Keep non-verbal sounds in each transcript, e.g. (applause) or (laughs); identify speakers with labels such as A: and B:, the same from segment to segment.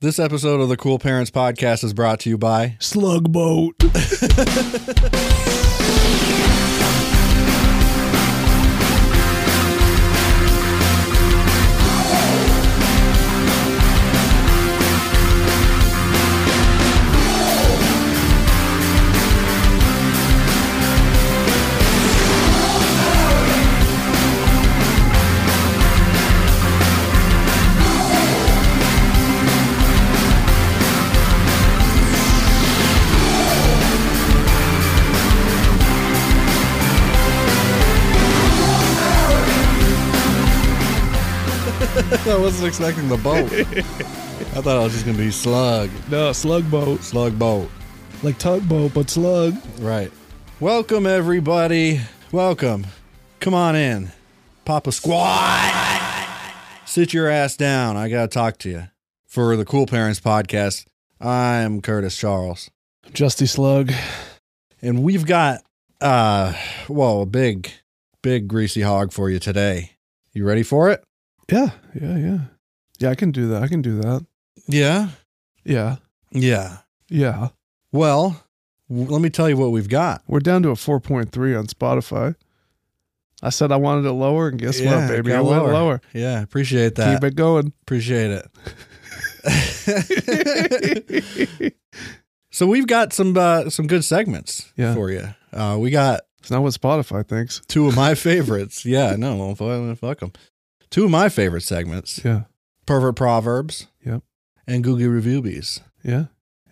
A: This episode of the Cool Parents Podcast is brought to you (laughs) by
B: Slug boat.
A: I wasn't expecting the boat. I thought (laughs) I was just gonna be slug,
B: No, slug boat.
A: slug boat.
B: Like tugboat, but slug.
A: Right. Welcome everybody. Welcome. Come on in. Papa Squad. Sit your ass down. I gotta talk to you. For the Cool Parents Podcast, I'm Curtis Charles.
B: Justy slug.
A: And we've got uh well, a big, big greasy hog for you today. You ready for it?
B: Yeah, yeah, yeah. Yeah, I can do that. I can do that.
A: Yeah.
B: Yeah,
A: Yeah.
B: yeah.
A: Well, w- let me tell you what we've got.
B: We're down to a 4.3 on Spotify. I said I wanted it lower, and guess
A: Yeah,
B: what, baby?
A: got
B: I went
A: lower.
B: lower.
A: Yeah, appreciate that.
B: Keep
A: (laughs)
B: it going.
A: Appreciate it.
B: (laughs)
A: (laughs) so we've got some uh, some good segments
B: Yeah.
A: for you. Uh, we got
B: it's not what Spotify thinks.
A: two of my (laughs) favorites. Yeah, no, well, fuck, fuck 'em. Two of my favorite segments:
B: Yeah,
A: pervert proverbs.
B: Yep.
A: And Googie Reviewies.
B: yeah.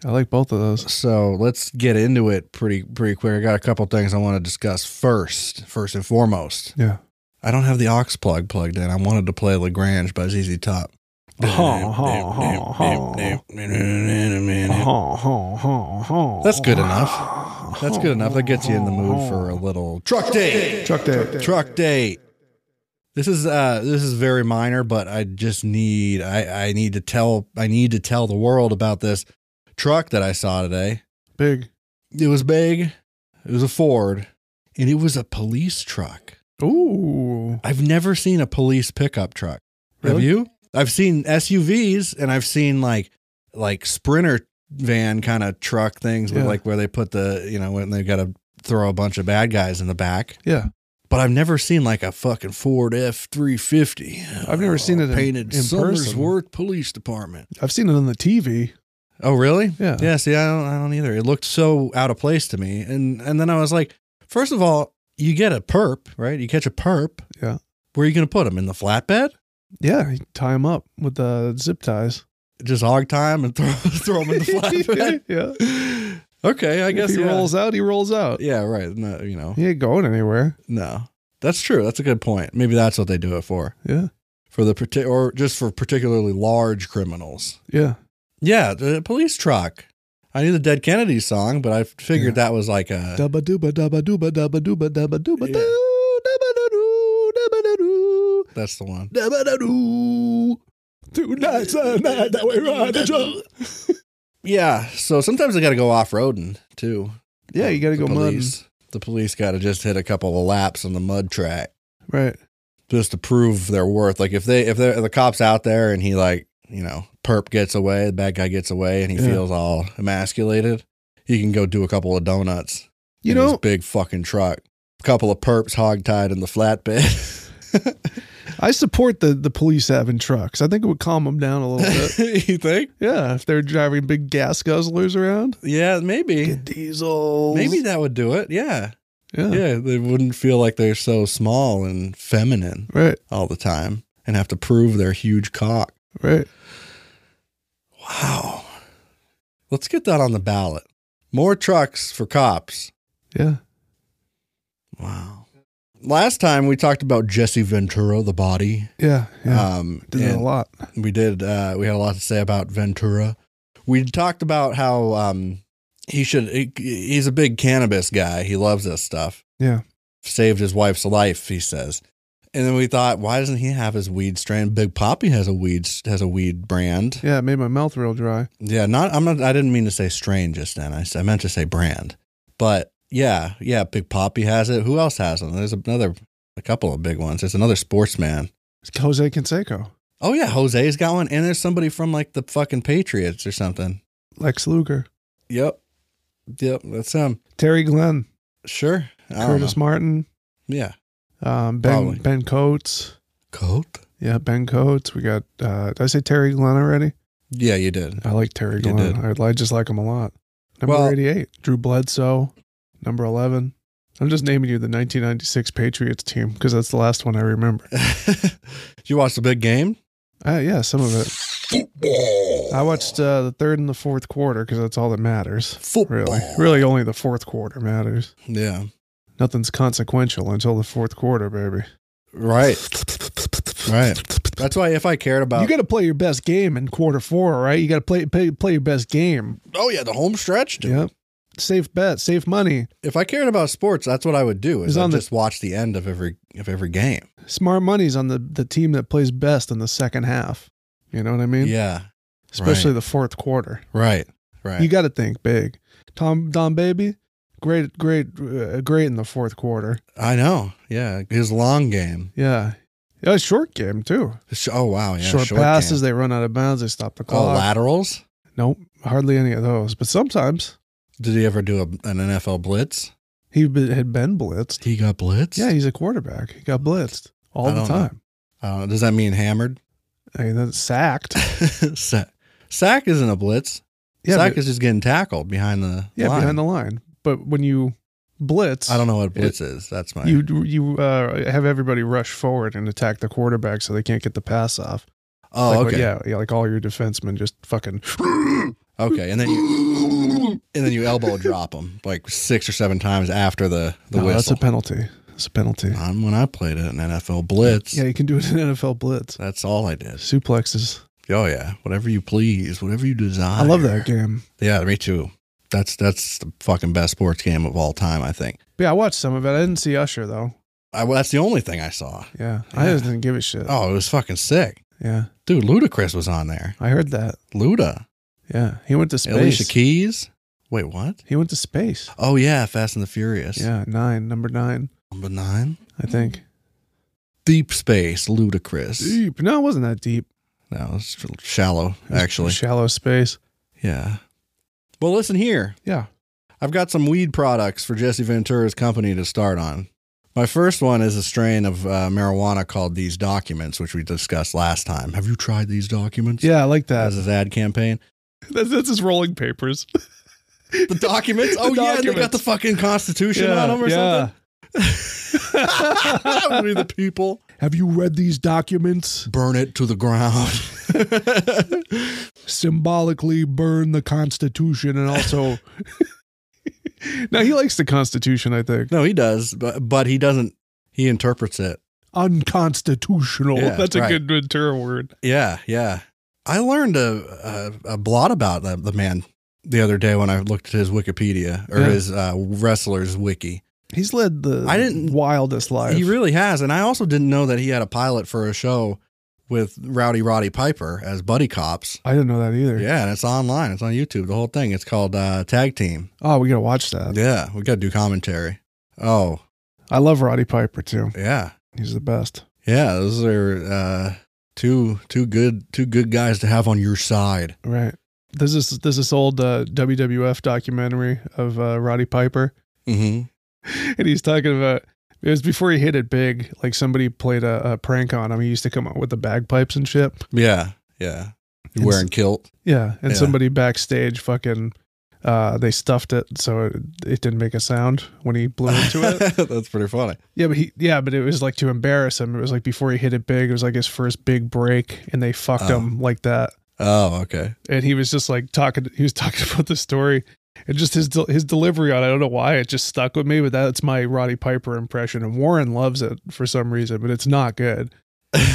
B: I like both of those.
A: So let's get into it pretty pretty quick. I got a couple things I want to discuss first. First and foremost,
B: Yeah.
A: I don't have the aux plug plugged in. I wanted to play Lagrange by ZZ Top.
B: Huh, huh, huh, huh. Huh, huh, huh, huh.
A: That's good enough. That's good enough. That gets you in the mood for a little truck date.
B: Truck day.
A: Truck date. This is uh this is very minor, but I just need I I need to tell I need to tell the world about this truck that I saw today.
B: Big.
A: It was big. It was a Ford, and it was a police truck.
B: Ooh.
A: I've never seen a police pickup truck. Have
B: Really?
A: you? I've seen SUVs and I've seen like like sprinter van kind of truck things with
B: Yeah.
A: like where they put the you know when they got to throw a bunch of bad guys in the back.
B: Yeah.
A: But I've never seen like a fucking Ford F three fifty.
B: I've never seen it in-
A: painted
B: in person.
A: Summersworth Police Department.
B: I've seen it on the TV.
A: Oh really?
B: Yeah.
A: Yeah, see, I don't, I don't either. It looked so out of place to me, and and then I was like, first of all, you get a perp, right? You catch a perp.
B: Yeah.
A: Where are you going to put them in the flatbed?
B: Yeah. you Tie them up with the zip (laughs) ties.
A: Just hog time and (laughs) throw throw them in
B: (laughs)
A: the
B: yeah.
A: flatbed. okay, I guess
B: if he
A: yeah.
B: rolls out, he rolls out.
A: Yeah, right. No, you know,
B: He ain't going anywhere.
A: no, that's true. That's a good point. Maybe that's what they do it for,
B: Yeah.
A: for the parti- or just for particularly large criminals.
B: Yeah.
A: Yeah, the police truck. I knew the Dead Kennedy song, but I figured that was like a
B: Dubba dooba dubba dooba dubba dooba dubba dooba
A: Yeah.
B: doo dubba da doo dubba da doo
A: that's the one.
B: dubba da doo. Two nights a night that we ride the truck.
A: Yeah. So sometimes they got to go off roading too.
B: (laughs) Yeah, you gotta
A: The
B: go mud.
A: police- The police got to just hit a couple of laps on the mud track
B: Right.
A: just to prove their worth. Like if they if they're- the cops out there and he like you know perp gets away, the bad guy gets away, and he
B: Yeah.
A: feels all emasculated, he can go do a couple of donuts.
B: You
A: in his
B: know,
A: big fucking truck, couple of perps hogtied in the flatbed. (laughs)
B: I support the the police having trucks. I think it would calm them down a (laughs) little bit.
A: you think?
B: Yeah, if they're driving big gas guzzlers around.
A: Yeah, maybe.
B: diesels.
A: Maybe that would do it. Yeah.
B: Yeah.
A: Yeah, they wouldn't feel like they're so small and feminine
B: Right,
A: all the time and have to prove their huge cock.
B: right.
A: Wow. Let's get that on the ballot. More trucks for cops.
B: Yeah.
A: Wow. Last time we talked about Jesse Ventura, the body.
B: Yeah. Yeah.
A: Um,
B: Did that a
A: and
B: lot.
A: we did. Uh, we had a lot to say about Ventura. We talked about how um, he should. He, he's a big cannabis guy. He loves this stuff.
B: Yeah.
A: saved his wife's life, he says. And then we thought, why doesn't he have his weed strand? Big Poppy has a weed has a weed brand.
B: Yeah, it made my mouth real dry.
A: Yeah, not I'm not I didn't mean to say strain just then. I, s- I meant to say brand. But yeah, yeah, Big Poppy has it. Who else has them? There's another a couple of big ones. There's another sportsman.
B: It's Jose Canseco.
A: Oh yeah, Jose's got one, and there's somebody from like the fucking Patriots or something.
B: Lex Luger,
A: Yep, yep, that's him.
B: Terry Glenn,
A: Sure, I don't
B: Curtis Martin,
A: know. Yeah,
B: um, Ben
A: Probably.
B: Ben Coates.
A: Colt.
B: Yeah, Ben Coates. We got. Uh, did I say Terry Glenn already?
A: Yeah, you did. (laughs)
B: I like Terry
A: You
B: Glenn. I, I just like him a lot. Number
A: Well-
B: 88, Drew Bledsoe. Number 11. I'm just naming you the 1996 Patriots team because that's the last one I remember.
A: Did you watch the big game?
B: Uh, yeah, some of it. I watched uh, the third and the fourth quarter because that's all that matters.
A: Football.
B: Really, really only the fourth quarter matters.
A: Yeah.
B: Nothing's consequential until the fourth quarter, baby.
A: Right. Right. That's why if I cared about,
B: You got to play your best game in quarter four, right? You got to play, play play your best game.
A: oh yeah, the home stretch. dude.
B: Yep. Safe bet, safe money.
A: If I cared about sports, that's what I would do. Is
B: It's
A: I'd
B: on the-
A: just watch the end of every of every game.
B: smart money's on the, the team that plays best in the second half. You know what I mean?
A: Yeah.
B: Especially
A: right.
B: the fourth quarter.
A: Right. Right.
B: You got to think big. Tom Don Baby, great, great, uh, great in the fourth quarter.
A: I know. Yeah. His long game.
B: Yeah, yeah, short game too.
A: Sh- Oh wow. Yeah.
B: short, passes, they run out of bounds, they stop the
A: Game. Oh,
B: clock.
A: laterals.
B: nope, hardly any of those. But sometimes
A: Did he ever do a, an NFL blitz?
B: he be- had been blitzed.
A: He got blitzed.
B: Yeah, he's a quarterback. He got blitzed all
A: I
B: the
A: don't know.
B: time.
A: Uh, does that mean hammered? (laughs)
B: I mean, that's sacked.
A: Sa- sack isn't a blitz.
B: Yeah,
A: sack
B: but-
A: is just getting tackled behind the
B: yeah,
A: line.
B: behind the line. But when you blitz,
A: I don't know what blitz is. That's my.
B: You you uh, have everybody rush forward and attack the quarterback so they can't get the pass off.
A: oh,
B: like,
A: okay.
B: Yeah, yeah, like all your defensemen just
A: (laughs)
B: fucking.
A: Okay, and then you, and then you elbow drop them like six or seven times after the the
B: No, Oh, that's a
A: whistle.
B: penalty. It's a penalty.
A: Um, when I played it in NFL blitz,
B: Yeah, you can do it in NFL blitz.
A: that's all I did.
B: Suplexes.
A: Oh yeah, whatever you please, whatever you desire.
B: I love that game.
A: Yeah, me too. That's that's the fucking best sports game of all time. I think.
B: Yeah, I watched some of it. I didn't see Usher though.
A: I, well, that's the only thing I saw.
B: Yeah, I
A: Yeah.
B: just didn't give a shit.
A: Oh, it was fucking sick,
B: Yeah,
A: dude. Ludacris was on there.
B: I heard that.
A: Luda,
B: Yeah, he went to space.
A: Alicia Keys. Wait, what?
B: He went to space.
A: Oh yeah, Fast and the Furious.
B: Yeah, nine, number nine,
A: Number nine,
B: I think.
A: Deep Space, Ludacris.
B: Deep. No, it wasn't that deep.
A: No, it's shallow
B: It was
A: actually.
B: shallow space.
A: Yeah. Well, listen here.
B: Yeah.
A: I've got some weed products for Jesse Ventura's company to start on. My first one is a strain of uh, marijuana called These Documents, which we discussed last time. Have you tried These Documents?
B: Yeah, I like that.
A: As his ad campaign.
B: (laughs) That's, that's his rolling (laughs) papers.
A: The documents? Oh,
B: (laughs) The
A: yeah, they got
B: documents.
A: the fucking Constitution on them or (laughs) something. we the people.
B: (laughs) Have you read these documents?
A: Burn it to the ground. (laughs)
B: Symbolically burn the Constitution and (laughs) also. now he likes the Constitution, I think.
A: no, he does, but, but he doesn't. He interprets it.
B: Unconstitutional.
A: Yeah,
B: That's a
A: right.
B: good good term word.
A: Yeah, yeah. I learned a a, a blot about the, the man the other day when I looked at his Wikipedia or
B: Yeah.
A: his uh, wrestler's wiki.
B: He's led the
A: I didn't-
B: wildest life.
A: He really has, and I also didn't know that he had a pilot for a show with Rowdy Roddy Piper as buddy cops.
B: I didn't know that either.
A: Yeah, and it's online. It's on YouTube. The whole thing. It's called uh, Tag Team.
B: Oh, we gotta watch that.
A: Yeah, we got to do commentary. Oh,
B: I love Roddy Piper too.
A: yeah,
B: He's the best.
A: yeah. Those are uh, two two good two good guys to have on your side.
B: Right. There's this there's this old uh, WWF documentary of uh, Roddy Piper. (laughs)
A: Mm-hmm.
B: and he's talking about it was before he hit it big. Like somebody played a, a prank on him. He used to come out with the bagpipes and shit.
A: Yeah, yeah.
B: It's-
A: Wearing kilt.
B: Yeah, and
A: Yeah.
B: somebody backstage fucking. Uh, they stuffed it so it, it didn't make a sound when he blew into
A: (laughs)
B: it.
A: That's pretty funny.
B: Yeah, but he yeah, but it was like to embarrass him. It was like before he hit it big. It was like his first big break, and they fucked
A: Oh.
B: him like that.
A: Oh, okay. (laughs)
B: And he was just like talking. He was (laughs) talking about the story, and just his del his delivery on. it, I don't know why it just stuck with me, but that's my Roddy Piper impression. And Warren loves it for some reason, but it's
A: (laughs)
B: not good.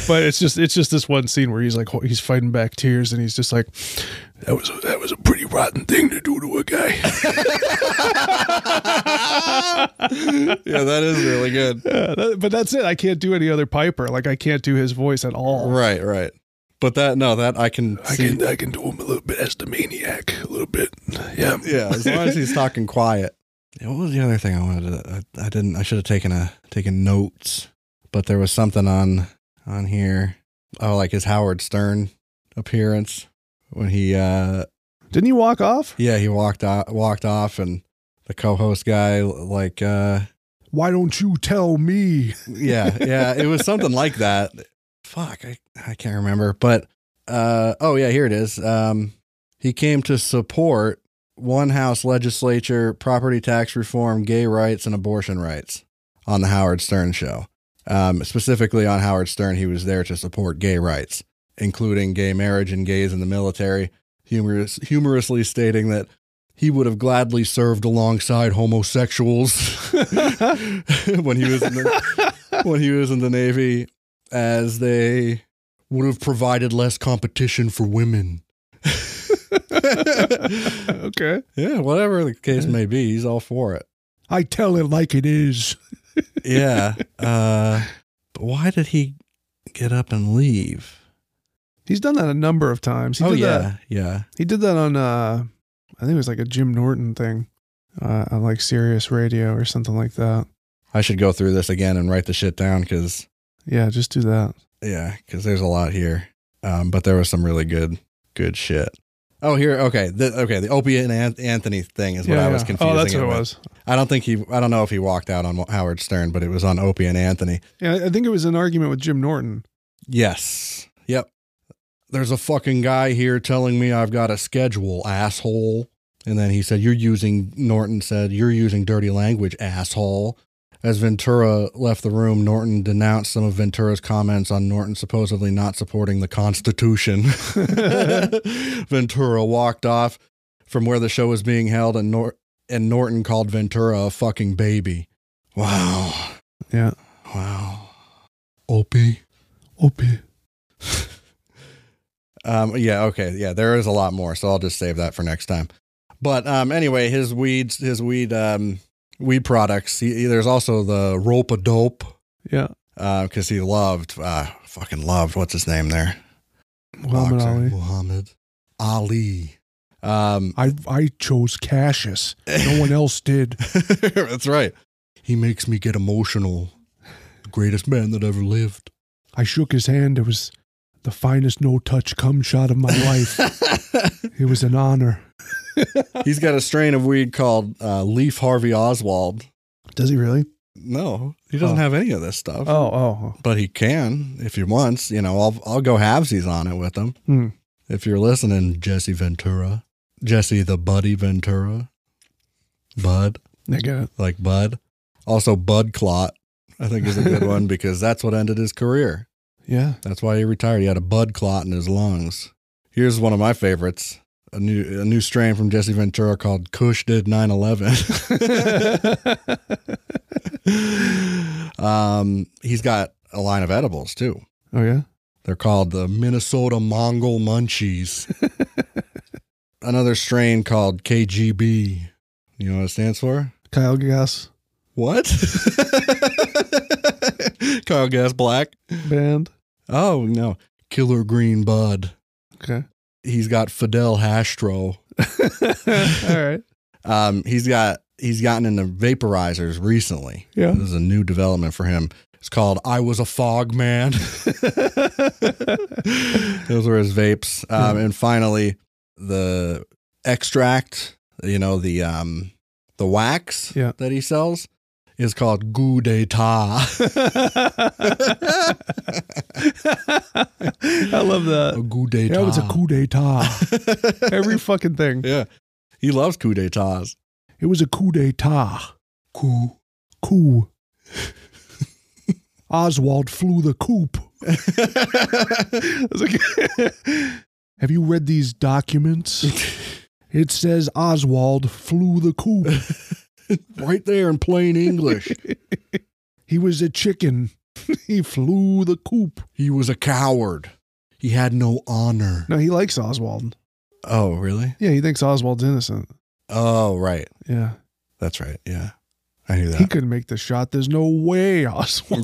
B: but it's just it's just this one scene where he's like ho- he's fighting back tears and he's just like that was a, that was a pretty rotten thing to do to a (laughs) guy
A: (laughs) yeah, that is really good.
B: Yeah, that- but that's it i can't do any other piper like i can't do his voice at all
A: Right, right. But that no, that I can see.
B: i can do him a little bit as the maniac a little bit (laughs) yeah
A: (laughs) Yeah, as long as he's talking quiet. Yeah, What was the other thing I wanted to? I, I didn't. I should have taken a taken notes, but there was something on on here. Oh, like his Howard Stern appearance when he uh
B: Didn't you walk off?
A: yeah, he walked off, walked off and the co-host guy like uh
B: Why don't you tell (laughs) me?
A: yeah, yeah, it was something like that. Fuck, I I can't remember, but uh oh yeah, here it is. Um he came to support one house legislature, property tax reform, gay rights and abortion rights on the Howard Stern show. Um specifically on Howard Stern, he was there to support gay rights, including gay marriage and gays in the military, humorous, humorously stating that he would have gladly served alongside homosexuals (laughs) when he was in the when he was in the Navy, as they would have provided less competition for women.
B: okay.
A: yeah, whatever the case may be, he's all for it.
B: I tell it like it is.
A: Yeah. Uh, but why did he get up and leave?
B: He's done that a number of times. He
A: oh,
B: did
A: yeah.
B: That,
A: Yeah.
B: he did that on, uh, I think it was like a Jim Norton thing, uh, on like Sirius Radio or something like that.
A: I should go through this again and write the shit down because,
B: Yeah, just do that.
A: yeah, because there's a lot here. Um, but there was some really good, good shit. Oh, here. Okay. The, okay. The opiate and An- Anthony thing is what
B: yeah,
A: I was
B: yeah.
A: confusing.
B: Oh, that's what it
A: with.
B: was.
A: I don't think he. I don't know if he walked out on Howard Stern, but it was on Opie and Anthony.
B: Yeah, I- I think it was an argument with Jim Norton.
A: Yes. Yep. There's a fucking guy here telling me I've got a schedule, asshole. And then he said, "You're using." Norton said, "You're using dirty language, asshole." As Ventura left the room, Norton denounced some of Ventura's comments on Norton supposedly not supporting the Constitution. (laughs) Ventura walked off from where the show was being held, and, Nor- and Norton called Ventura a fucking baby. Wow.
B: Yeah.
A: Wow. Opie.
B: Opie.
A: Um, yeah, okay. Yeah, there is a lot more, so I'll just save that for next time. But um, anyway, his weeds, his weed, um, weed products. He, he- there's also the rope a dope
B: Yeah.
A: because he loved, uh, fucking loved. What's his name there?
B: Muhammad
A: Boxer.
B: Ali.
A: Muhammad Ali. Um, (laughs)
B: I, I chose Cassius. No one else did.
A: that's right. He makes me get emotional. The greatest man that ever lived.
B: I shook his hand. It was the finest no touch cum shot of my (laughs) life. it was an honor.
A: He's got a strain of weed called uh, Leaf Harvey Oswald.
B: Does he really?
A: No, he doesn't
B: Oh.
A: have any of this stuff.
B: Oh, oh.
A: But he can if he wants. You know, I'll I'll go halvesies on it with him.
B: Hmm.
A: If you're listening, Jesse Ventura, Jesse the Buddy Ventura, Bud
B: I get it.
A: like Bud. Also, Bud Clot, I think is a
B: (laughs)
A: good one because that's what ended his career.
B: Yeah.
A: That's why he retired. He had a bud clot in his lungs. Here's one of my favorites. A new a new strain from Jesse Ventura called Kush did 911. (laughs) um he's got a line of edibles too.
B: (laughs) oh, yeah?
A: They're called the Minnesota Mongol Munchies. Another strain called KGB. You know what it stands for?
B: Kyle Gas
A: What? (laughs) Kyle Gas Black.
B: band.
A: Oh no. Killer Green Bud.
B: Okay.
A: he's got Fidel Hastro.
B: (laughs) All right.
A: Um, he's got he's gotten into vaporizers recently.
B: Yeah.
A: This is a new development for him. It's called "I Was a Fog Man." (laughs)
B: (laughs)
A: Those were his vapes. Um,
B: Hmm.
A: and finally, the extract. You know the um the wax
B: Yeah.
A: that he sells is called Gou d'etat.
B: (laughs) I love
A: A
B: that.
A: Gou d'etat.
B: That was a coup
A: (laughs)
B: d'etat. Every fucking thing.
A: yeah. He loves coup d'etats.
B: It was a coup d'etat. Coup. Coup. Oswald flew the coop. It's like- (laughs) Have you read these (laughs) documents? It says Oswald flew the coop.
A: (laughs) right there in plain
B: (laughs)
A: English.
B: He was a chicken. (laughs) he flew the coop.
A: He was a coward. He had no honor.
B: No, he likes Oswald.
A: Oh, really?
B: Yeah, he thinks Oswald's innocent.
A: Oh, right.
B: Yeah.
A: That's right. Yeah. I knew
B: He
A: that.
B: couldn't make the shot. There's no way Oswald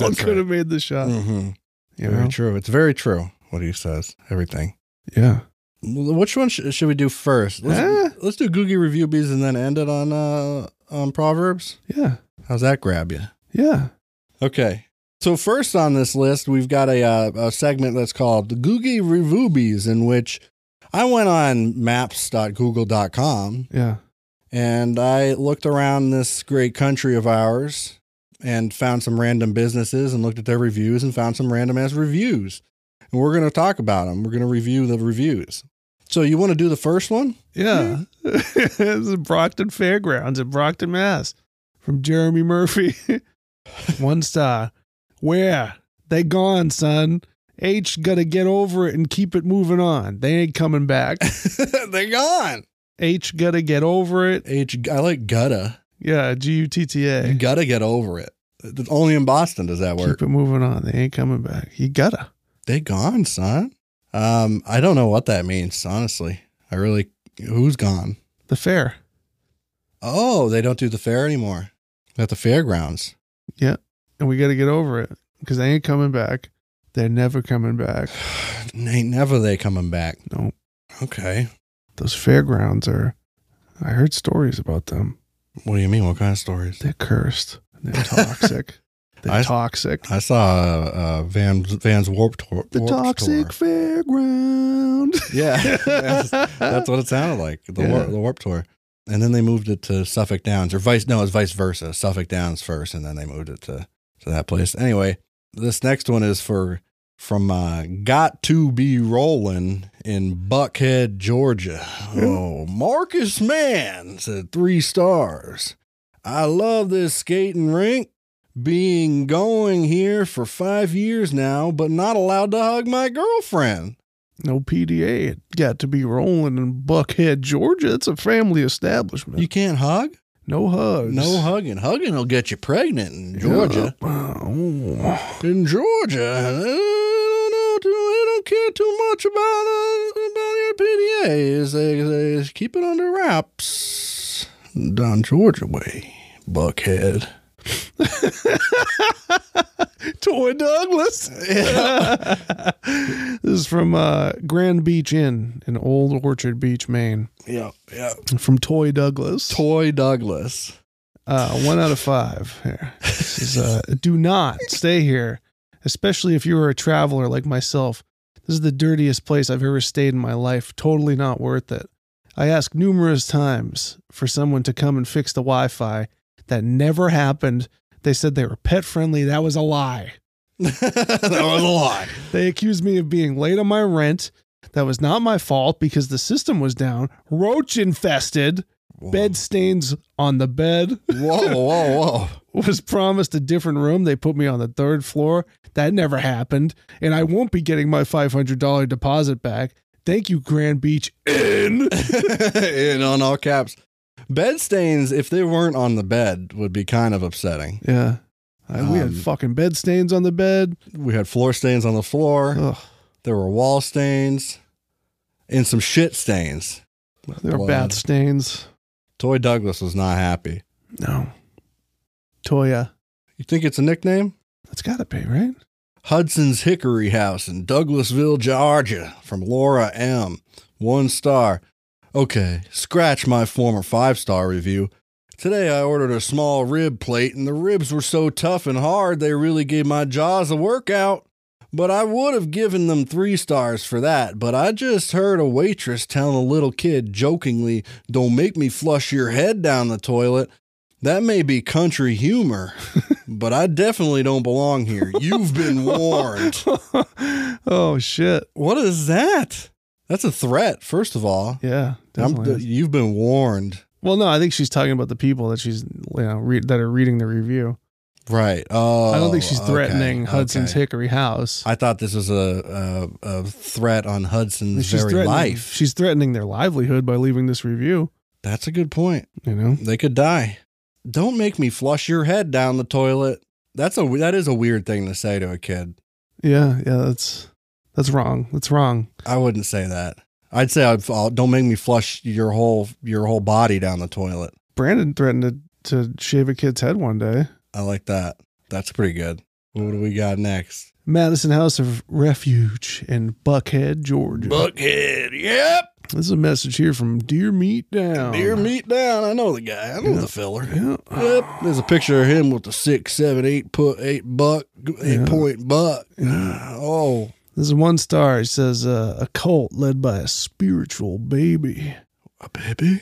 A: (laughs) That's
B: could have made the shot.
A: hmm
B: You
A: very
B: know?
A: true. It's very true what he says. Everything.
B: Yeah.
A: Well, Which one sh- should we do first? Let's,
B: Huh?
A: let's do Googie Review Bees and then end it on uh on Proverbs.
B: Yeah.
A: How's that grab you?
B: Yeah.
A: Okay. So first on this list, we've got a, uh, a segment that's called the Googie Revoobies, in which I went on maps.google.com
B: Yeah.
A: and I looked around this great country of ours and found some random businesses and looked at their reviews and found some random ass reviews. And we're going to talk about them. We're going to review the reviews. So you want to do the first one?
B: Yeah. (laughs) this is Brockton Fairgrounds in Brockton, Mass. From Jeremy Murphy. (laughs) One star. Where? They gone, son. H gotta get over it and keep it moving on. They ain't
A: (laughs)
B: coming back.
A: They're gone.
B: H gotta get over it.
A: H. I like gutta.
B: Yeah, G U T T
A: You
B: A.
A: gotta get over it. Th- Only in Boston does that work.
B: Keep it moving on. They ain't coming back. You gotta.
A: They gone, son. Um, I don't know what that means, honestly. I really, who's gone?
B: The fair.
A: Oh, they don't do the fair anymore. At the fairgrounds. (sighs)
B: And we gotta get over it. Because they ain't coming back. They're never coming back.
A: Ain't never they coming back.
B: No.
A: Okay.
B: Those fairgrounds are I heard stories about them.
A: What do you mean? What kind of stories?
B: They're cursed. And
A: (laughs)
B: they're toxic. they're
A: I-
B: toxic.
A: I saw uh, uh, Van Van's Warp Tour.
B: the toxic fairground.
A: (laughs) Yeah,
B: (laughs)
A: Yes. that's what it sounded like. The
B: Yeah.
A: war, the Warp Tour. And then they moved it to Suffolk Downs or vice. No, it's vice versa. Suffolk Downs first, and then they moved it to to that place. Anyway, this next one is for from uh, Got to Be Rolling in Buckhead, Georgia. Oh, Marcus Mann said three stars. I love this skating rink. Being going here for five years now, but not allowed to hug my girlfriend.
B: no PDA. It got to be rolling in Buckhead, Georgia. It's a family establishment.
A: You can't hug.
B: no hugs.
A: No hugging. Hugging will get you pregnant in Georgia.
B: Yeah. Oh.
A: In Georgia, they don't know. Too, they don't care too much about uh, about your PDAs. They, they keep it under wraps down Georgia way. Buckhead.
B: Toy Douglas. (laughs) this is from uh, Grand Beach Inn in Old Orchard Beach, Maine.
A: Yeah, yeah.
B: From Toy Douglas.
A: Toy Douglas.
B: Uh, one out of five. Here. This is, uh, (laughs) do not stay here, especially if you are a traveler like myself. This is the dirtiest place I've ever stayed in my life. Totally not worth it. I asked numerous times for someone to come and fix the Wi Fi. That never happened. They said they were pet friendly. That was a lie.
A: (laughs) that was a lie.
B: They accused me of being late on my rent. That was not my fault because the system was down, roach infested, bed stains on the bed.
A: Whoa, whoa, whoa.
B: was promised a different room. They put me on the third floor. That never happened. And I won't be getting my $500 deposit back. Thank you, Grand Beach Inn.
A: (laughs) in on all caps. Bed stains, if they weren't on the bed, would be kind of upsetting.
B: Yeah. I- we
A: Um,
B: had fucking bed stains on the bed.
A: We had floor stains on the floor.
B: Ugh,
A: There were wall stains and some shit stains.
B: there are
A: Blood.
B: bath stains.
A: Toy Douglas was not happy.
B: No. Toya.
A: You think it's a nickname?
B: That's got to be, right?
A: Hudson's Hickory House in Douglasville, Georgia, from Laura M. One star. Okay, scratch my former five star review. Today I ordered a small rib plate, and the ribs were so tough and hard they really gave my jaws a workout. But I would have given them three stars for that, but I just heard a waitress telling a little kid jokingly, Don't make me flush your head down the toilet. That may be country humor, (laughs) but I definitely don't belong here. You've been warned.
B: (laughs) oh, shit.
A: (laughs) What is that? That's a threat, first of all.
B: Yeah.
A: I'm-
B: definitely is.
A: you've been warned.
B: well, no, I think she's talking about the people that she's, you know, re- that are reading the review.
A: Right. Oh,
B: I don't think she's
A: okay,
B: threatening Hudson's
A: okay.
B: Hickory House.
A: I thought this was a, a, a threat on Hudson's
B: She's
A: very
B: threatening-
A: life.
B: She's threatening their livelihood by leaving this review.
A: That's a good point.
B: You know,
A: They could die. Don't make me flush your head down the toilet. That's a that is a weird thing to say to a kid.
B: yeah, yeah, that's that's wrong. That's wrong.
A: I wouldn't say that. I'd say I'd, fall- don't make me flush your whole your whole body down the toilet.
B: Brandon threatened to, to shave a kid's head one day.
A: I like that. That's pretty good. What do we got next?
B: Madison House of Refuge in Buckhead, Georgia.
A: Buckhead. Yep.
B: This is a message here from Dear Meat Down.
A: Deer meat down. I know the guy. I know
B: Oh, Yeah.
A: the feller.
B: Yeah.
A: Yep. There's a picture of him with the six, seven, eight put eight buck, eight
B: Yeah.
A: point buck.
B: Yeah.
A: Oh,
B: This is one star. He says, uh, a cult led by a spiritual baby.
A: a baby.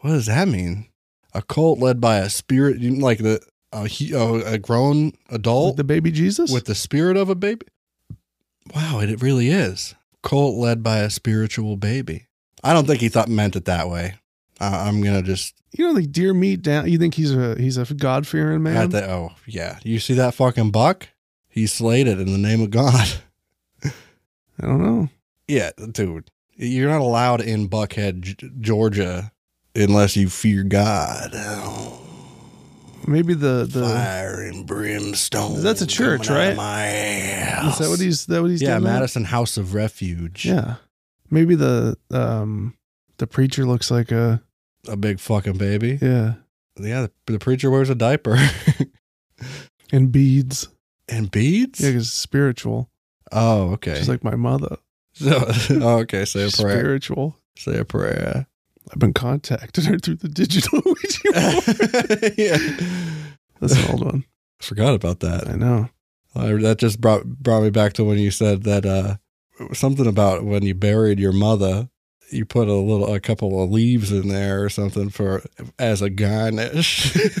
A: What does that mean? A cult led by a spirit, you mean like the a, he- a, a grown
B: Like
A: adult
B: the baby Jesus?
A: Oh. with the spirit of a baby. Wow, it, it really is cult led by a spiritual baby. I don't think he thought meant it that way. I, I'm gonna just
B: you know, like Dear Meat Down. You think he's a he's a God fearing man?
A: At the, oh yeah, you see that fucking buck? He slayed it in the name of God. (laughs)
B: I don't know.
A: yeah, dude, you're not allowed in Buckhead, G- Georgia, unless you fear God.
B: Maybe the the
A: Fire and brimstone.
B: That's a church,
A: coming out of
B: right?
A: My
B: is
A: ass.
B: that what he's that what he's
A: yeah,
B: doing? there?
A: Madison House of Refuge.
B: Yeah, maybe the um the preacher looks like a
A: A big fucking baby.
B: yeah
A: Yeah, the, the preacher wears a diaper (laughs)
B: and beads.
A: and beads.
B: Yeah, 'cause it's spiritual.
A: Oh, okay.
B: She's like my mother.
A: so, (laughs) oh, okay. Say a
B: She's
A: prayer.
B: spiritual.
A: Say a prayer. (laughs)
B: I've been contacting her through the digital (laughs) Ouija board.
A: yeah.
B: That's an old one.
A: Forgot about that.
B: I know. (laughs)
A: I, that just brought brought me back to when you said that uh, something about when you buried your mother, you put a little a couple of leaves in there or something for as a garnish. (laughs)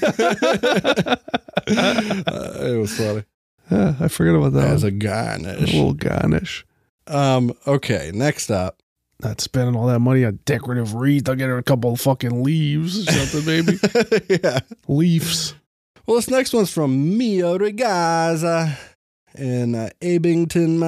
A: Uh, it was funny
B: Yeah, I forget about that.
A: as
B: one.
A: a garnish.
B: little garnish.
A: Um. Okay. Next up, (laughs)
B: Not spending all that money on decorative wreath. I'll get her a couple of fucking leaves or something, (laughs) maybe.
A: yeah.
B: Leaves.
A: Well, this next one's from Mio de Gaza in uh, Abington,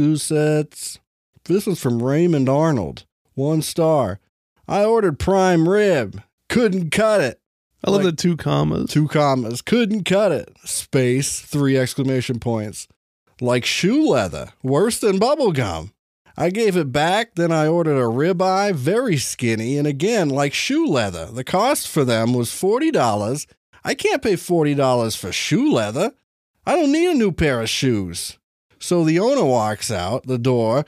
A: Massachusetts. This one's from Raymond Arnold. One star. I ordered prime rib. Couldn't cut it.
B: I love
A: Like-
B: the two commas.
A: Two commas. Couldn't cut it. Space. Three exclamation points. Like shoe leather. Worse than bubble gum. I gave it back. Then I ordered a ribeye, very skinny, and again like shoe leather. The cost for them was forty dollars. I can't pay forty dollars for shoe leather. I don't need a new pair of shoes. So the owner walks out the door.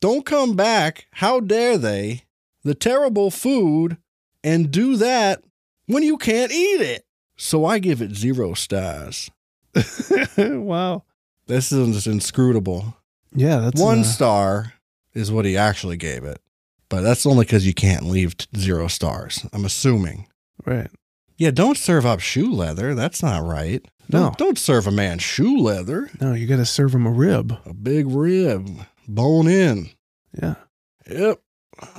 A: Don't come back. How dare they? The terrible food and do that when you can't eat it. So I give it zero stars.
B: (laughs) wow.
A: This is inscrutable.
B: Yeah, that's
A: One
B: uh,
A: star is what he actually gave it, but that's only because you can't leave t- zero stars. I'm assuming.
B: right.
A: Yeah, don't serve up shoe leather. That's not right.
B: No.
A: Don't, don't serve a man shoe leather.
B: No, you got to serve him a rib.
A: A big rib, bone in.
B: Yeah.
A: Yep.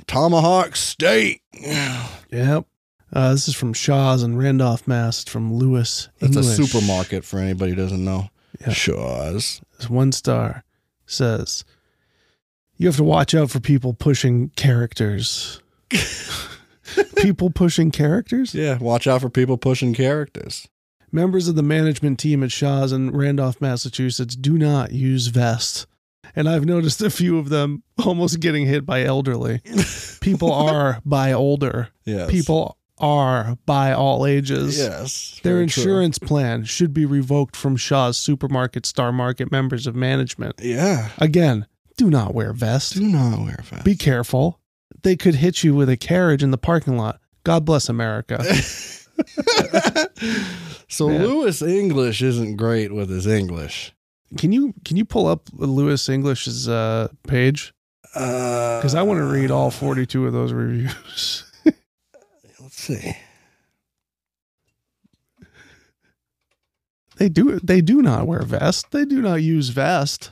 A: Tomahawk steak. (sighs) That's
B: Yep. Uh, this is from Shaw's in Randolph, Mass. It's from Lewis.
A: a
B: English.
A: supermarket for anybody who doesn't know.
B: Yeah.
A: Shaw's.
B: It's one star. Says, you have to watch out for people pushing (laughs) characters. people pushing characters?
A: Yeah, watch out for people pushing
B: (laughs)
A: characters.
B: Members of the management team at Shaw's in Randolph, Massachusetts do not use vests. And I've noticed a few of them almost getting hit by elderly.
A: (laughs)
B: People are by older.
A: Yes.
B: People are by all ages.
A: Yes.
B: Their
A: very true.
B: insurance plan should be revoked from Shaw's Supermarket Star Market members of management.
A: Yeah.
B: Again, do not wear vests.
A: Do not wear vests.
B: Be careful. They could hit you with a carriage in the parking lot. God bless
A: (laughs)
B: America.
A: so
B: (laughs) Man.
A: Lewis English isn't great with his English.
B: Can you can you pull up Lewis English's uh, page?
A: Because
B: Because I want to read all 42 of those reviews. (laughs)
A: Let's see.
B: they do they do not wear vests. They do not use vest.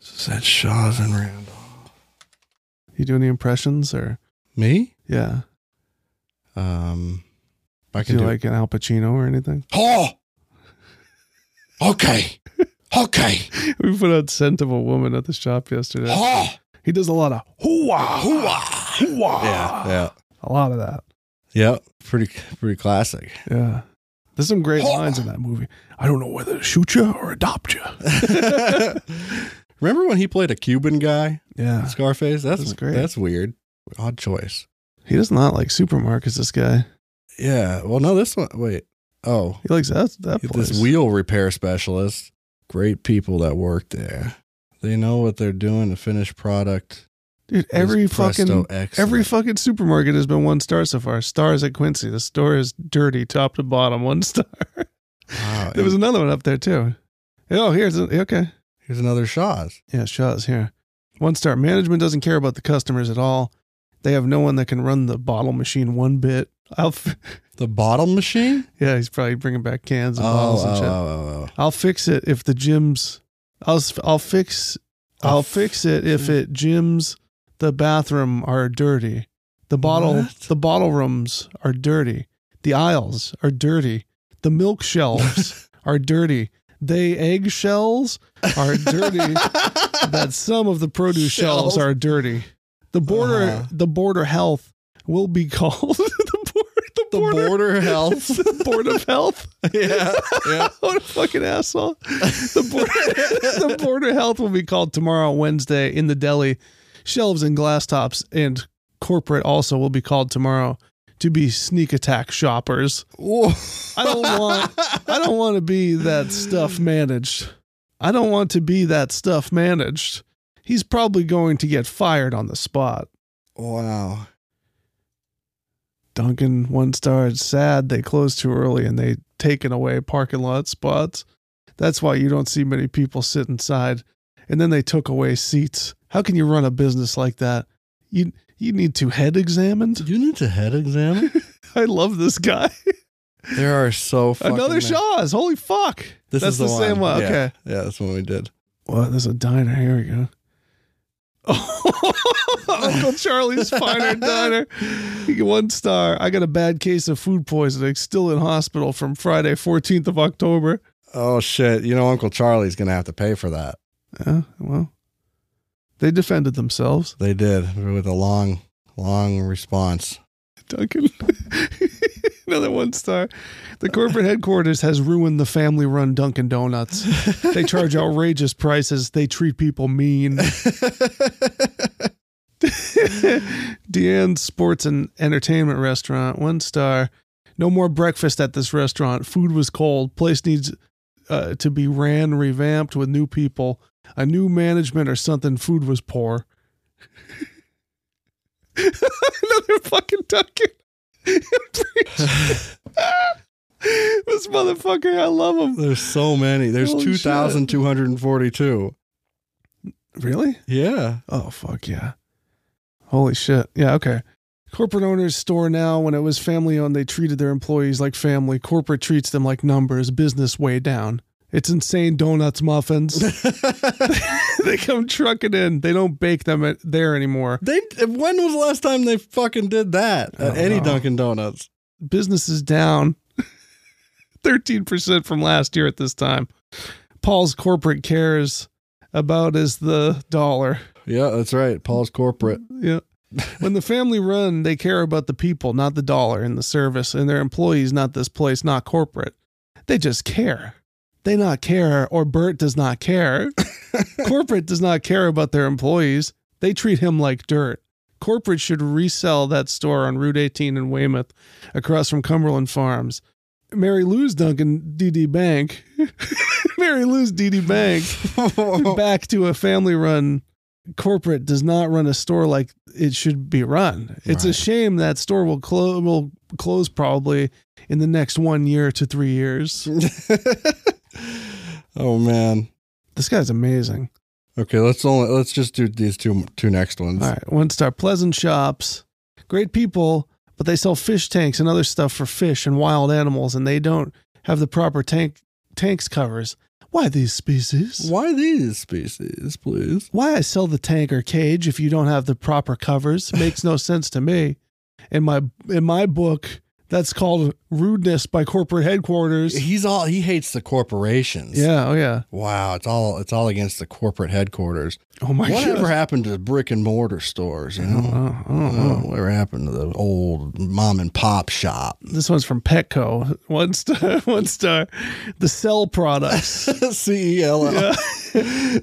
A: Is that Shaw's and Randall?
B: You do any impressions or
A: Me?
B: yeah?
A: Um, I
B: Do
A: can
B: you
A: do.
B: like an Al Pacino or anything? (laughs)
A: oh. Okay. Okay.
B: We put out scent of a woman at the shop yesterday.
A: Oh.
B: He does a lot of hoo-wah,
A: Hoo-ah. (laughs)
B: hoo-wah.
A: Yeah. Yeah.
B: A lot of that.
A: Yep. Pretty. Pretty classic. (laughs)
B: Yeah. There's some great
A: Hoo-ah.
B: lines in that movie. I don't know whether to shoot you or adopt you.
A: Remember when he played a Cuban guy,
B: Yeah.
A: Scarface? That's
B: That's great.
A: That's weird. Odd choice.
B: He does not like supermarkets, this guy.
A: Yeah. Well, no, this one. Wait. Oh,
B: He likes that, that place.
A: this wheel repair specialist. Great people that work there. They know what they're doing. The finished product
B: Dude, every
A: Is Presto
B: fucking
A: excellent?
B: every fucking supermarket has been one star so far. Stars at Quincy. The store is dirty, top to bottom, one star.
A: Wow.
B: (laughs) There was another one up there too. Oh, here's a, okay.
A: Here's another Shaw's.
B: Yeah, Shaw's here. One star management doesn't care about the customers at all. They have no one that can run the bottle machine one bit. I'll f- (laughs)
A: The bottle machine?
B: yeah, he's probably bringing back cans
A: Oh,
B: and bottles and
A: oh,
B: shit.
A: oh, oh, oh.
B: I'll fix it if the gyms. I'll s- I'll fix I'll,
A: I'll
B: fix it if it gyms the bathroom are dirty. The bottle
A: What?
B: the bottle rooms are dirty. The aisles are dirty. The milk shelves are dirty. They egg shells are
A: (laughs)
B: dirty.
A: oh,
B: that some of (laughs) the produce shelves
A: Shelves.
B: are dirty. The border
A: Uh-huh.
B: the border health will be (laughs) called the border the,
A: the
B: border, (laughs)
A: border health.
B: the board of health.
A: yeah. Yeah.
B: (laughs) What a fucking asshole. The
A: (laughs)
B: border, the border health will be called tomorrow, Wednesday, in the deli. Shelves and glass tops and corporate also will be called tomorrow to be sneak attack shoppers.
A: Whoa.
B: I don't
A: (laughs)
B: want I don't want to be that stuff managed. I don't want to be that stuff managed. He's probably going to get fired on the spot.
A: Wow.
B: Duncan one star is sad they closed too early and they taken away parking lot spots. That's why you don't see many people sit inside. And then they took away seats. How can you run a business like that? You you need to head examined. (laughs)
A: You need to head examine.
B: I love this guy. (laughs)
A: There are so fucking
B: Another
A: many-
B: Shaw's. Holy fuck.
A: This
B: That's
A: is the,
B: same one.
A: Yeah.
B: Okay.
A: Yeah, that's what we did.
B: Well, there's a diner. Here we go. (laughs) Oh, Uncle Charlie's Finer Diner. One star. I got a bad case of food poisoning. Still in hospital from Friday, 14th of October.
A: Oh shit! You know Uncle Charlie's gonna have to pay for that.
B: Yeah, well, they defended themselves. (laughs)
A: They did with a long, long response.
B: (laughs) Duncan. Another one star. The corporate headquarters has ruined the family run Dunkin' Donuts. They charge outrageous prices. They treat people mean. (laughs) Deanne's Sports and Entertainment Restaurant, one star. No more breakfast at this restaurant. Food was cold. Place needs uh, to be ran, revamped with new people, a new management or something. Food was poor. (laughs) Another fucking Duncan. (laughs) this motherfucker, I love him.
A: There's so many. There's
B: Holy shit.
A: two thousand two hundred and forty-two.
B: Really? (laughs)
A: Yeah.
B: Oh fuck yeah. Holy shit. Yeah, okay. Corporate owners store now when it was family owned they treated their employees like family. Corporate treats them like numbers, business way down. It's insane donuts muffins. (laughs) they come trucking in. They don't bake them at, there anymore.
A: they. When was the last time they fucking did that
B: I
A: at
B: don't
A: any
B: know.
A: Dunkin' Donuts?
B: Business is down (laughs) 13% from last year at this time. Paul's corporate cares about is the dollar.
A: Yeah, that's right. Paul's (laughs) corporate.
B: Yeah. when the family run, they care about the people, not the dollar and the service, and their employees, not this place, not corporate. They just care. They not care, or Bert does not care. corporate does not care about their employees. They treat him like dirt. Corporate should resell that store on Route 18 in Weymouth, across from Cumberland Farms. Mary Lou's Duncan DD Bank. (laughs) Mary Lou's DD Bank (laughs)
A: Oh,
B: back to a family run corporate does not run a store like it should be run. It's a
A: Right.
B: shame that store will close will close probably in the next 1 year to 3 years.
A: oh man.
B: This guy's amazing.
A: Okay, let's only let's just do these two two next ones.
B: All right, one star pleasant shops. Great people, but they sell fish tanks and other stuff for fish and wild animals and they don't have the proper tank tanks covers. Why these species?
A: Why these species, please?
B: Why I sell the tank or cage if you don't have the proper (laughs) covers makes no sense to me. In my in my book, that's called rudeness by corporate headquarters.
A: He's all he hates the corporations.
B: Yeah, oh yeah.
A: Wow, it's all it's all against the corporate (laughs) headquarters.
B: Oh my
A: Whatever
B: god.
A: happened to brick and mortar stores, you
B: I don't
A: know?
B: know, I don't know.
A: Oh, whatever happened to the old mom and pop (laughs) shop?
B: This one's from Petco. (laughs) One star. One star. The sell products.
A: C E L L.
B: Yeah. (laughs)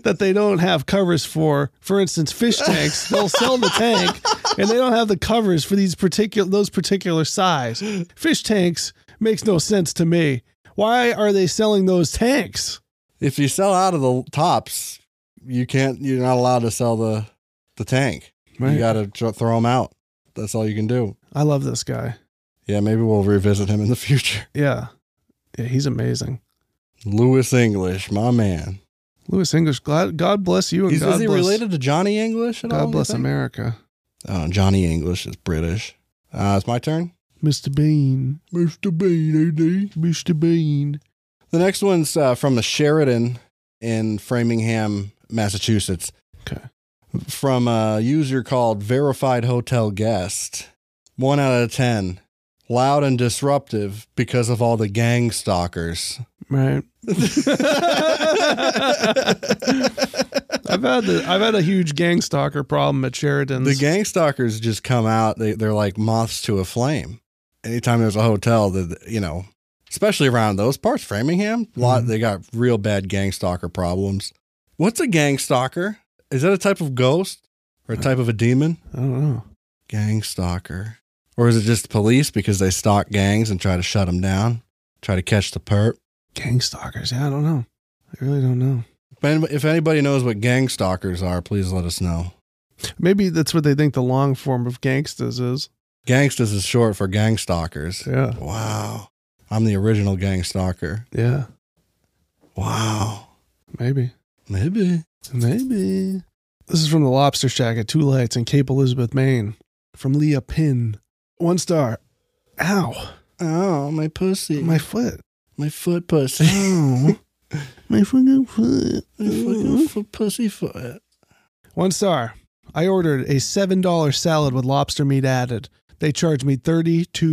B: that they don't have covers for. For instance, fish tanks, they'll sell the tank and they don't have the covers for these particular those particular size. Fish tanks makes no sense to me. Why are they selling those tanks?
A: If you sell out of the tops, you can't. You're not allowed to sell the the tank.
B: Right.
A: You got to tr- throw him out. That's all you can do.
B: I love this guy.
A: Yeah, maybe we'll revisit him in the (laughs) future.
B: Yeah. Yeah, he's amazing.
A: Lewis English, my man.
B: Louis English, God, God bless you and
A: Is,
B: God
A: is he
B: bless,
A: related to Johnny English at all?
B: God
A: you
B: bless
A: think?
B: America.
A: Oh, Johnny English is British. Uh, it's my turn.
B: Mr. Bean.
A: Mr. Bean, AD.
B: Mr. Bean.
A: The next one's uh, from the Sheridan in Framingham, Massachusetts.
B: Okay.
A: From a user called Verified Hotel Guest. One out of 10. Loud and disruptive because of all the gang
B: (laughs)
A: stalkers. (laughs)
B: Right.
A: the
B: I've had the I've had a huge gang stalker problem at Sheridan's.
A: gang stalkers just come out, they, they're like moths to a flame. Anytime there's a hotel that, you know, especially around those parts, Framingham, a lot,
B: Mhm.
A: they got real bad gang stalker problems. What's a gang stalker? Is that a type of ghost or a type of a demon?
B: I don't know.
A: Gang stalker. Or is it just police because they stalk gangs and try to shut them down, try to catch the perp?
B: Gang stalkers. Yeah, I don't know. I really don't know.
A: But if anybody knows what gang stalkers are, please let us know.
B: Maybe that's what they think the long form of gangsters is.
A: Gangsters is short for gang stalkers.
B: Yeah.
A: Wow. I'm the original gang stalker.
B: Yeah.
A: Wow.
B: Maybe.
A: Maybe.
B: Maybe. This is from the Lobster Shack at Two Lights in Cape Elizabeth, Maine. From Leah Pin. One star. Ow.
A: Oh, my pussy.
B: My foot.
A: my foot (laughs) pussy.
B: Ow. My fucking foot.
A: foot pussy foot.
B: One star. I ordered a $7 salad with lobster meat added. They charged me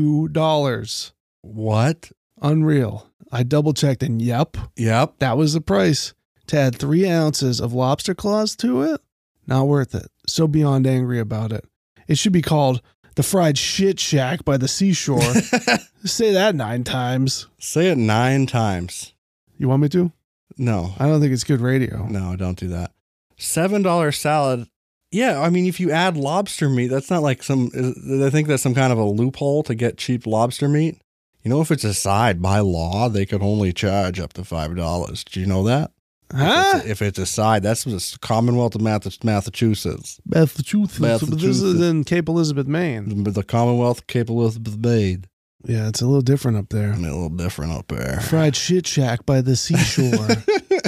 B: $32.
A: What?
B: Unreal. I double checked and yep,
A: Yep.
B: that was the price. To add three ounces of lobster claws to it? Not worth it. So beyond angry about it. It should be called the Fried Shit Shack by the seashore.
A: (laughs)
B: Say that nine times.
A: Say it nine times.
B: You want me to?
A: No.
B: I don't think it's good radio.
A: No, don't do that. Seven dollar salad. Yeah, I mean, if you add lobster meat, that's not like some. is- I think that's some kind of a loophole to get cheap lobster meat. You know, if it's a side by law, they could only charge up to five dollars. Do you know that?
B: Huh?
A: If, it's, if it's a side, that's the Commonwealth of Math- Massachusetts,
B: Massachusetts. But this
A: Massachusetts.
B: is in Cape Elizabeth, Maine.
A: the Commonwealth of Cape Elizabeth Bay.
B: Yeah, it's a little different up
A: I
B: there.
A: mean, a little different up there.
B: Fried Shit Shack by the seashore.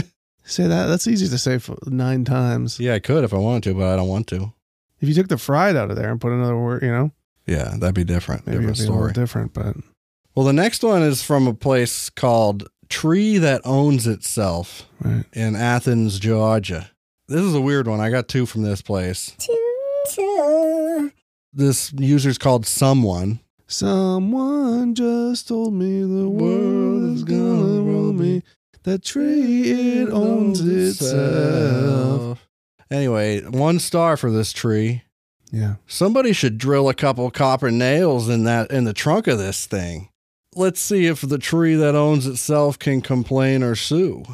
B: (laughs) Say that. That's easy to say for nine times.
A: (laughs) yeah, I could if I wanted to, but I don't want to.
B: If you took the fried out of there and put another word, you know,
A: Yeah, that'd be different.
B: maybe
A: different
B: it'd be a
A: story.
B: little different. But
A: Well, the next one is from a place called Tree That Owns Itself
B: right.
A: in Athens, Georgia. This is a weird one. I got two from this place. This user's called Someone.
B: Someone just told me the world is gonna roll me. That tree it owns itself.
A: Anyway, one star for this tree.
B: Yeah.
A: Somebody should drill a couple copper nails in that in the trunk of this thing. Let's see if the tree that owns itself can complain or sue.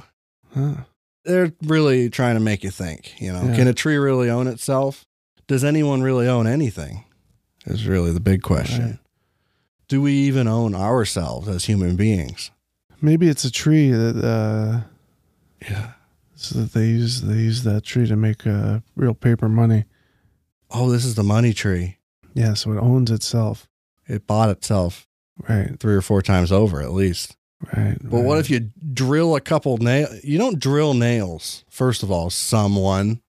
B: Huh.
A: they're really trying to make you think, you know,
B: Yeah.
A: can a tree really own itself? Does anyone really own anything? Is really the big question.
B: Right.
A: Do we even own ourselves as human beings?
B: Maybe it's a tree that uh,
A: Yeah.
B: so that they use they use that tree to make uh, real paper money.
A: Oh, this is the money tree.
B: Yeah. So it owns itself.
A: It bought itself
B: Right.
A: three or four times over at least.
B: Right.
A: But what if you drill a couple nail? You don't drill nails, first of all, someone.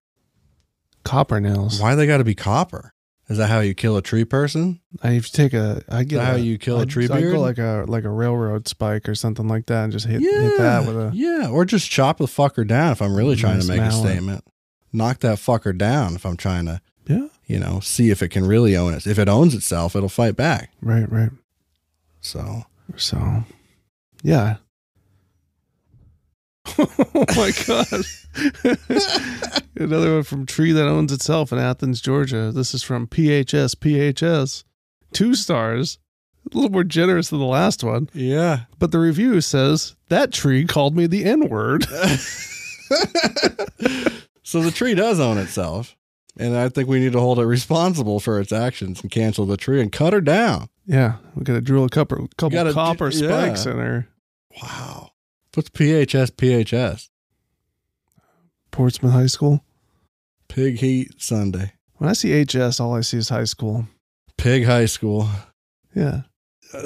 B: copper nails?
A: Why they got to be copper? Is that how you kill a tree person?
B: I if you take a, I
A: Is
B: get
A: that how
B: a-
A: you kill a
B: I'd-
A: tree
B: I'd
A: beard?
B: go like a like a railroad spike or something like that, and just hit hit that with a
A: yeah, or just chop the fucker down if I'm really trying
B: Nice
A: to make
B: mallet.
A: a statement. Knock that fucker down if I'm trying to,
B: yeah.
A: you know, see if it can really own it. If it owns itself, it'll fight back.
B: Right, right.
A: So
B: So, yeah. (laughs) oh
A: (laughs)
B: my god! (laughs) Another one from Tree that owns itself in Athens, Georgia. This is from PHS PHS. Two stars. A little more generous than the last one,
A: yeah,
B: but the review says that tree called me the
A: (laughs)
B: N word.
A: so the tree does own itself, and I think we need to hold it responsible for its actions and cancel the tree and cut her down.
B: Yeah, we gotta drill a couple couple
A: gotta
B: copper
A: d- yeah.
B: spikes in her.
A: Wow, what's PHS PHS?
B: Portsmouth High School.
A: Pig Heat Sunday.
B: When I see HS, all I see is high school.
A: Pig High School.
B: Yeah.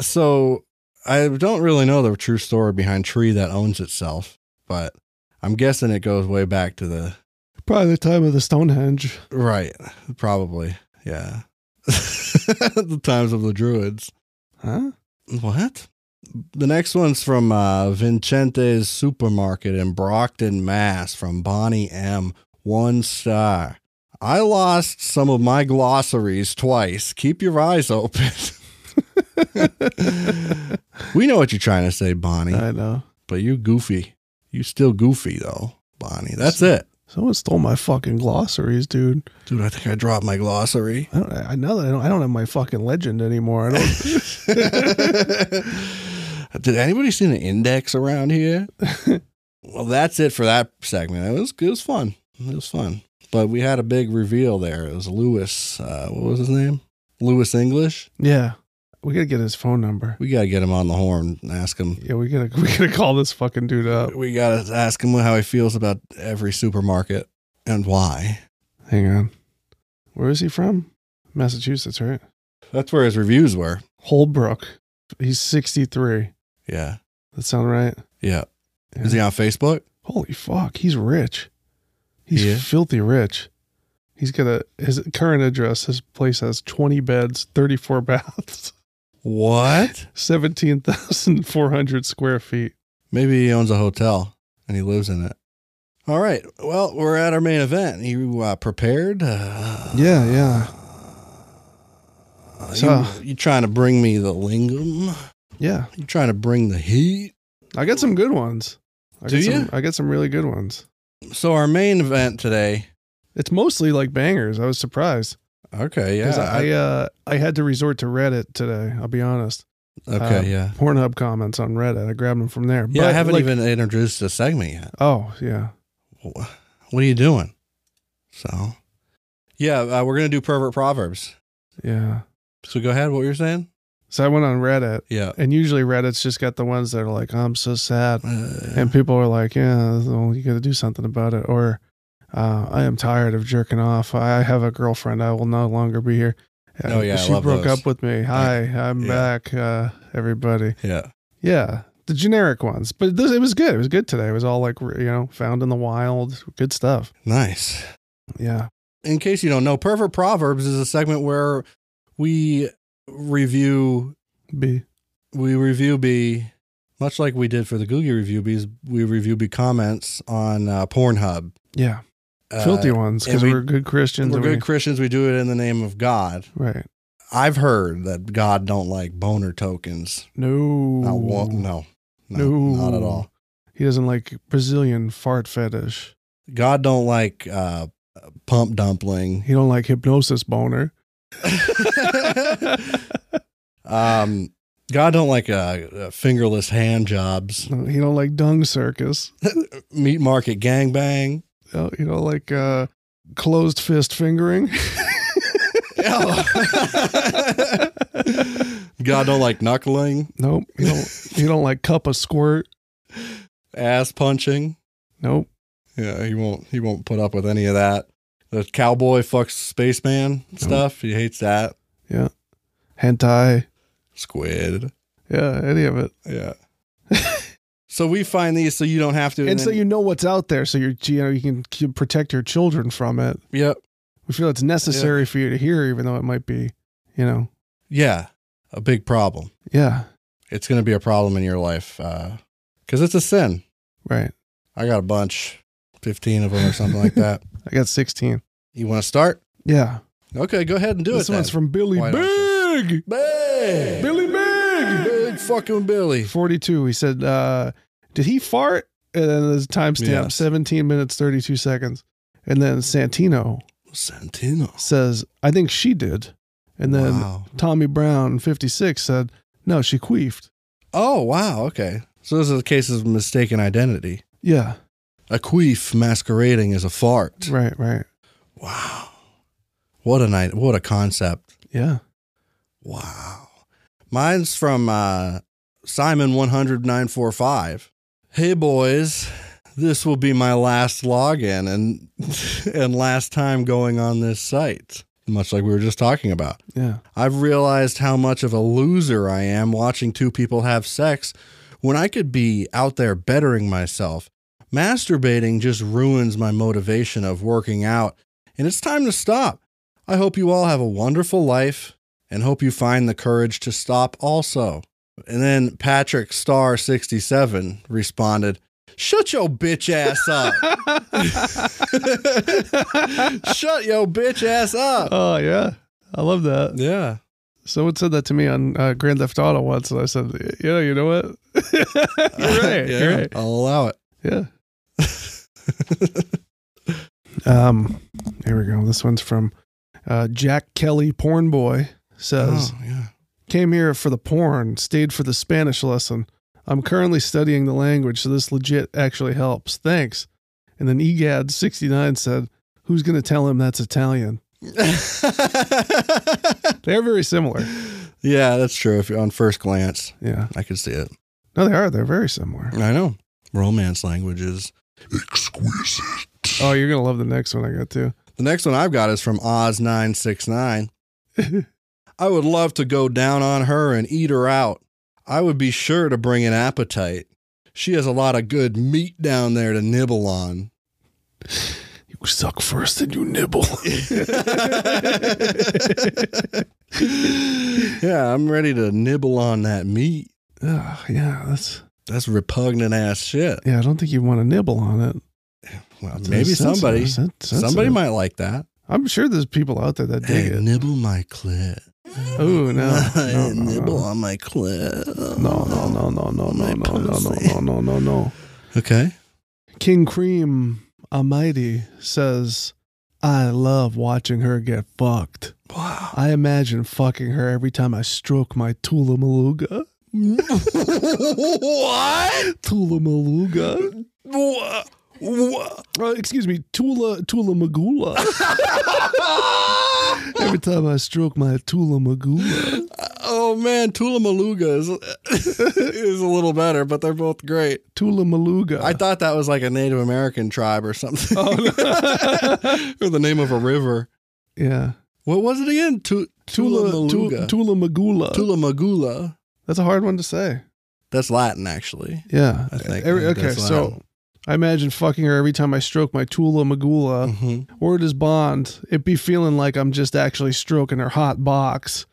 A: So I don't really know the true story behind Tree that owns itself, but I'm guessing it goes way back to the
B: Probably the time of the Stonehenge.
A: right, probably. Yeah. (laughs) the times of the Druids.
B: Huh?
A: What? The next one's from uh, Vincente's Supermarket in Brockton, Mass, from Bonnie M. One star. I lost some of my glossaries twice. Keep your eyes open. (laughs)
B: I
A: we know what you're trying to say, Bonnie,
B: know.
A: but you goofy. You still goofy though, Bonnie. That's it.
B: Someone stole my fucking glossaries, dude.
A: Dude, I think I dropped my glossary.
B: I, don't, I know that I don't, I don't have my fucking legend anymore. I don't. (laughs)
A: (laughs) Did anybody see an index around here? well, that's it for that segment. It was it was fun. It was fun. But we had a big reveal there. It was Lewis. Uh, what was his name? Lewis English.
B: yeah. We gotta get his phone number.
A: We gotta get him on the horn and ask him.
B: Yeah, we gotta (laughs) we gotta call this fucking dude up.
A: We gotta ask him how he feels about every supermarket and why.
B: Hang on. Where is he from? Massachusetts, right?
A: That's where his reviews were.
B: Holbrook. He's 63.
A: Yeah,
B: That sound right?
A: yeah.
B: Yeah.
A: Is he on Facebook?
B: Holy fuck, he's rich. He's
A: Yeah.
B: filthy rich. He's got a his current address. His place has twenty beds, thirty four (laughs) baths,
A: What?
B: seventeen thousand four hundred square feet.
A: Maybe he owns a hotel and he lives in it. All right. Well, we're at our main event. You uh, prepared? Uh,
B: Yeah, yeah,
A: you-
B: So-
A: you, trying to bring me the lingam?
B: yeah.
A: You trying to bring the heat?
B: I got some good ones. I
A: Do
B: got
A: ya?
B: Some, I got some really good ones.
A: So our main event today.
B: It's mostly like bangers. I was surprised
A: Okay.
B: 'Cause
A: Yeah.
B: I uh, I had to resort to Reddit today. I'll be honest.
A: okay.
B: uh,
A: yeah.
B: Pornhub comments on Reddit. I grabbed them from there.
A: Yeah. I
B: But,
A: haven't
B: like-
A: even introduced the segment yet.
B: Oh yeah.
A: Wh- What are you doing? So, yeah, uh, we're gonna do pervert proverbs.
B: Yeah.
A: So go ahead. What you're saying?
B: So I went on Reddit,
A: Yeah.
B: and usually Reddit's just got the ones that are like, "I'm so sad,"
A: Uh,
B: and people are like, "Yeah, well, you got to do something about it," or uh, "I am tired of jerking off. I have a girlfriend. I will no longer be here." Uh,
A: Oh, yeah, I
B: she
A: love
B: broke
A: those.
B: up with me. Hi, I'm
A: Yeah.
B: back, uh, everybody.
A: yeah.
B: Yeah, the generic ones, but this, it was good. It was good today. It was all like you know, found in the wild, good stuff.
A: Nice.
B: Yeah,
A: in case you don't know, Pervert Proverbs is a segment where we review
B: be
A: we review B much like we did for the Googie review bees, we review B comments on uh, Pornhub.
B: yeah,
A: Uh,
B: filthy ones
A: and
B: because
A: we-
B: we, are good Christians.
A: We're
B: and we-
A: good Christians. We do it in the name of God.
B: right?
A: I've heard that God don't like boner tokens.
B: No,
A: Not one- no, no,
B: No.
A: not at all.
B: He doesn't like Brazilian fart fetish.
A: God don't like uh, pump dumpling. (laughs)
B: (laughs) He don't like hypnosis boner. (laughs)
A: um, God don't like uh, uh, fingerless hand jobs.
B: he don't like dung circus.
A: Meat market
B: (laughs)
A: gangbang.
B: Oh, You know, like uh, closed fist (laughs) fingering.
A: Oh. God don't like knuckling,
B: (laughs) nope. He don't. He don't like cup of squirt.
A: ass punching.
B: Nope.
A: Yeah, he won't. He won't put up with any of that. The cowboy fucks spaceman stuff. He hates that.
B: Hentai.
A: Squid.
B: Yeah, any of it. (laughs)
A: Yeah. so we find these so you don't have to.
B: And, so
A: then-
B: you know what's out there, so you're, you know you can keep, protect your children from it.
A: Yep.
B: We feel it's necessary for you to hear, even though it might be, you know,
A: Yeah. A big problem.
B: yeah,
A: It's going to be a problem in your life because it's a sin.
B: right.
A: I got a bunch, fifteen of them or something
B: (laughs)
A: like that.
B: I got 16.
A: You want to start?
B: Yeah,
A: Okay, go ahead and do
B: this
A: it.
B: one's from Billy
A: Why
B: Big.
A: Big.
B: Billy Big.
A: Big fucking Billy.
B: 42. He said, uh, did he fart? And then there's a timestamp,
A: Yes.
B: 17 minutes, 32 seconds. And then Santino
A: Santino.
B: says, I think she did. And then
A: Wow.
B: Tommy Brown, 56, said, no, she queefed.
A: Oh, wow. Okay. So this is a case of mistaken identity.
B: Yeah,
A: A queef masquerading as a fart.
B: right, right.
A: Wow. What a night. What a concept.
B: Yeah.
A: Wow. Mine's from uh, Simon 100945. Hey, boys. This (laughs) will be my last login and and last time going on this site. much like we were just talking about. (laughs)
B: Yeah.
A: I've realized how much of a loser I am watching two people have sex when I could be out there bettering myself. Masturbating just ruins my motivation of working out, and it's time to stop. I hope you all have a wonderful life and hope you find the courage to stop also. And then Patrick Star 67 responded, Shut your bitch ass
B: (laughs)
A: up. Shut your bitch ass up.
B: oh yeah. I love that.
A: Yeah.
B: Someone said that to me on uh, Grand Theft Auto once, and I said, "Yeah, you know what? (laughs) you're
A: (laughs)
B: right.
A: yeah.
B: You're right.
A: I'll allow it.
B: Yeah." um, here we go. This one's from uh, Jack Kelly, porn boy. Says,
A: Oh, yeah.
B: "Came here for the porn, stayed for the Spanish lesson. I'm currently studying the language, so this legit actually helps. Thanks." And then Egad sixty nine said, "Who's gonna tell him that's Italian?" They're
A: (laughs)
B: very similar.
A: yeah, that's true. If on first glance,
B: Yeah.
A: I could see it.
B: No, they are. They're very
A: (laughs)
B: similar.
A: I know. Romance languages. Exquisite.
B: Oh, you're gonna love the next one I got too. (laughs)
A: The next one I've got is from Oz969. I would love to go down on her and eat her out. I would be sure to bring an appetite. She has a lot of good meat down there to nibble on. (laughs)
B: You suck first, and you nibble.
A: yeah, I'm ready to nibble on that meat.
B: (laughs) Ugh, yeah, that's
A: That's repugnant ass shit.
B: yeah. I don't think you want to nibble on it.
A: Well,
B: It's
A: maybe
B: sensitive,
A: somebody,
B: sen- sensitive.
A: somebody might like that.
B: I'm sure there's people out there that
A: Hey,
B: dig it.
A: nibble my clit. (laughs)
B: Oh no, no, no,
A: nibble
B: no,
A: on my clit.
B: no, no, no, no, no, no,
A: My
B: no, no,
A: pussy.
B: no, no, no, no.
A: Okay.
B: King Cream Almighty says, "I love watching her get fucked.
A: Wow.
B: I imagine fucking her every time I stroke my Tula Maluga.
A: what?
B: Tula Maluga."
A: Wha- wha-
B: Uh, excuse me, Tula Tula Magula.
A: (laughs)
B: Every time I stroke my Tula Magula,
A: (laughs) oh man, Tula Maluga is, (laughs) is a little better, but they're both great.
B: Tula Maluga.
A: I thought that was like a Native American tribe or something, (laughs)
B: Oh, no.
A: or the name of a river.
B: yeah,
A: What was it again? Tu- Tula
B: Tula
A: Maluga.
B: Tula, Tula Magula.
A: Tula Magula.
B: That's a hard one to say.
A: That's Latin, actually.
B: Yeah,
A: I think-
B: e-, Every-
A: I think
B: okay,
A: that's
B: so
A: Latin.
B: I imagine fucking her every time I stroke my Tula Magula,
A: Mm-hmm.
B: or does Bond? It be feeling like I'm just actually stroking her hot box.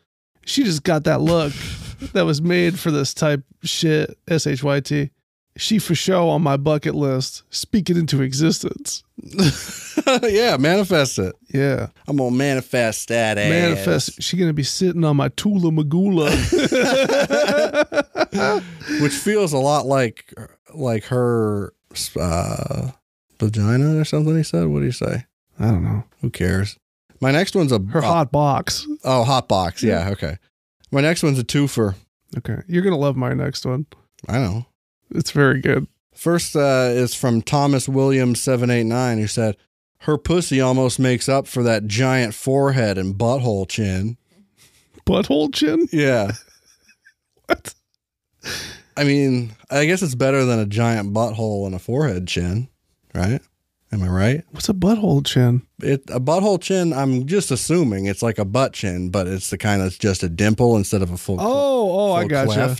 B: She just got that look
A: Mm-hmm.
B: that was made for this type shit. S H Y T. She for show on my bucket list. Speak it into existence.
A: (laughs) yeah, manifest it.
B: Yeah.
A: I'm gonna manifest that ass.
B: Manifest. She gonna be sitting on my Tula Magula.
A: which feels a lot like like her uh, vagina or something. He said, "What do you say?
B: I don't know.
A: Who cares?" My next one's a
B: Her hot box.
A: oh hot box. Yeah, okay. My next one's a twofer.
B: Okay, you're gonna love my next one.
A: I know.
B: It's very good.
A: First uh, is from Thomas Williams seven eight nine, who said, "Her pussy almost makes up for that giant forehead and butthole chin."
B: Butthole chin.
A: Yeah.
B: (laughs) What?
A: I mean, I guess it's better than a giant butthole and a forehead chin, right? Am I right?
B: What's a butthole chin?
A: It a butthole chin. I'm just assuming it's like a butt chin, but it's the kind that's just a dimple instead of a full.
B: Oh, oh, I gotcha.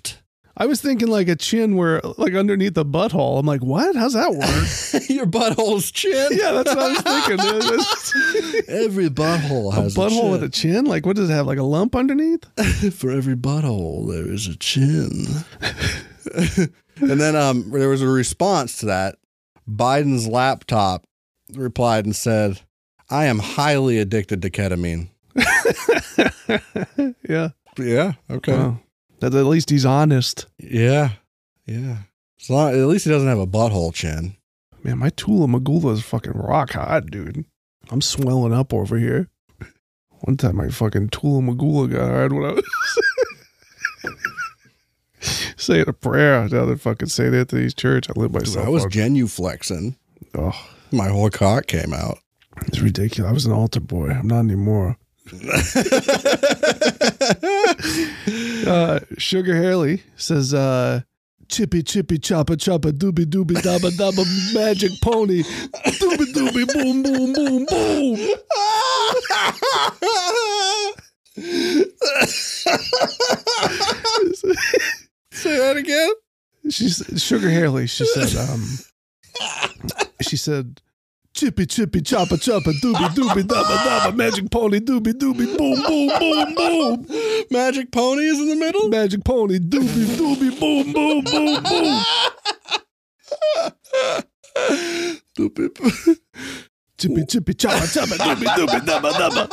B: I was thinking like a chin where, like, underneath the butthole. I'm like, what? How's
A: (laughs)
B: that
A: (laughs)
B: work?
A: Your butthole's chin.
B: (laughs) yeah, that's what I was
A: (laughs)
B: thinking.
A: Every butthole
B: a
A: has
B: butthole with a
A: chin.
B: chin. Like, what does it have? Like a lump underneath?
A: (coughs) For every butthole, there is a chin. (laughs) and then um, there was a response to that. Biden's laptop replied and said, "I am highly addicted to ketamine."
B: yeah.
A: Yeah. Okay.
B: Wow. That at least he's honest.
A: Yeah. Yeah. As long, at least he doesn't have a butthole chin.
B: Man, my Tula Magula is fucking rock hot, dude. I'm swelling up over here. One time my fucking Tula Magula got hard when I was (laughs) saying a prayer down at fucking St. Anthony's Church. I lit
A: Dude,
B: myself
A: I was
B: up.
A: genuflexing.
B: oh,
A: My whole cock came out. (laughs)
B: it's ridiculous. I was an altar boy. I'm not anymore. Uh, Sugar Haley says, uh, Chippy chippy choppa choppa dooby dooby dabba dabba magic pony dooby dooby boom boom boom boom.
A: (laughs) Say that again.
B: She's Sugar Haley. She said, um, she said, chippy chippy choppa choppa doobie doobie dabba dabba magic pony doobie doobie boom boom boom boom
A: Magic Pony is in the middle.
B: magic pony doobie doobie boom boom boom boom.
A: Stupid.
B: (laughs) Chippy chippy choppa choppa doobie doobie (laughs) dabba dabba.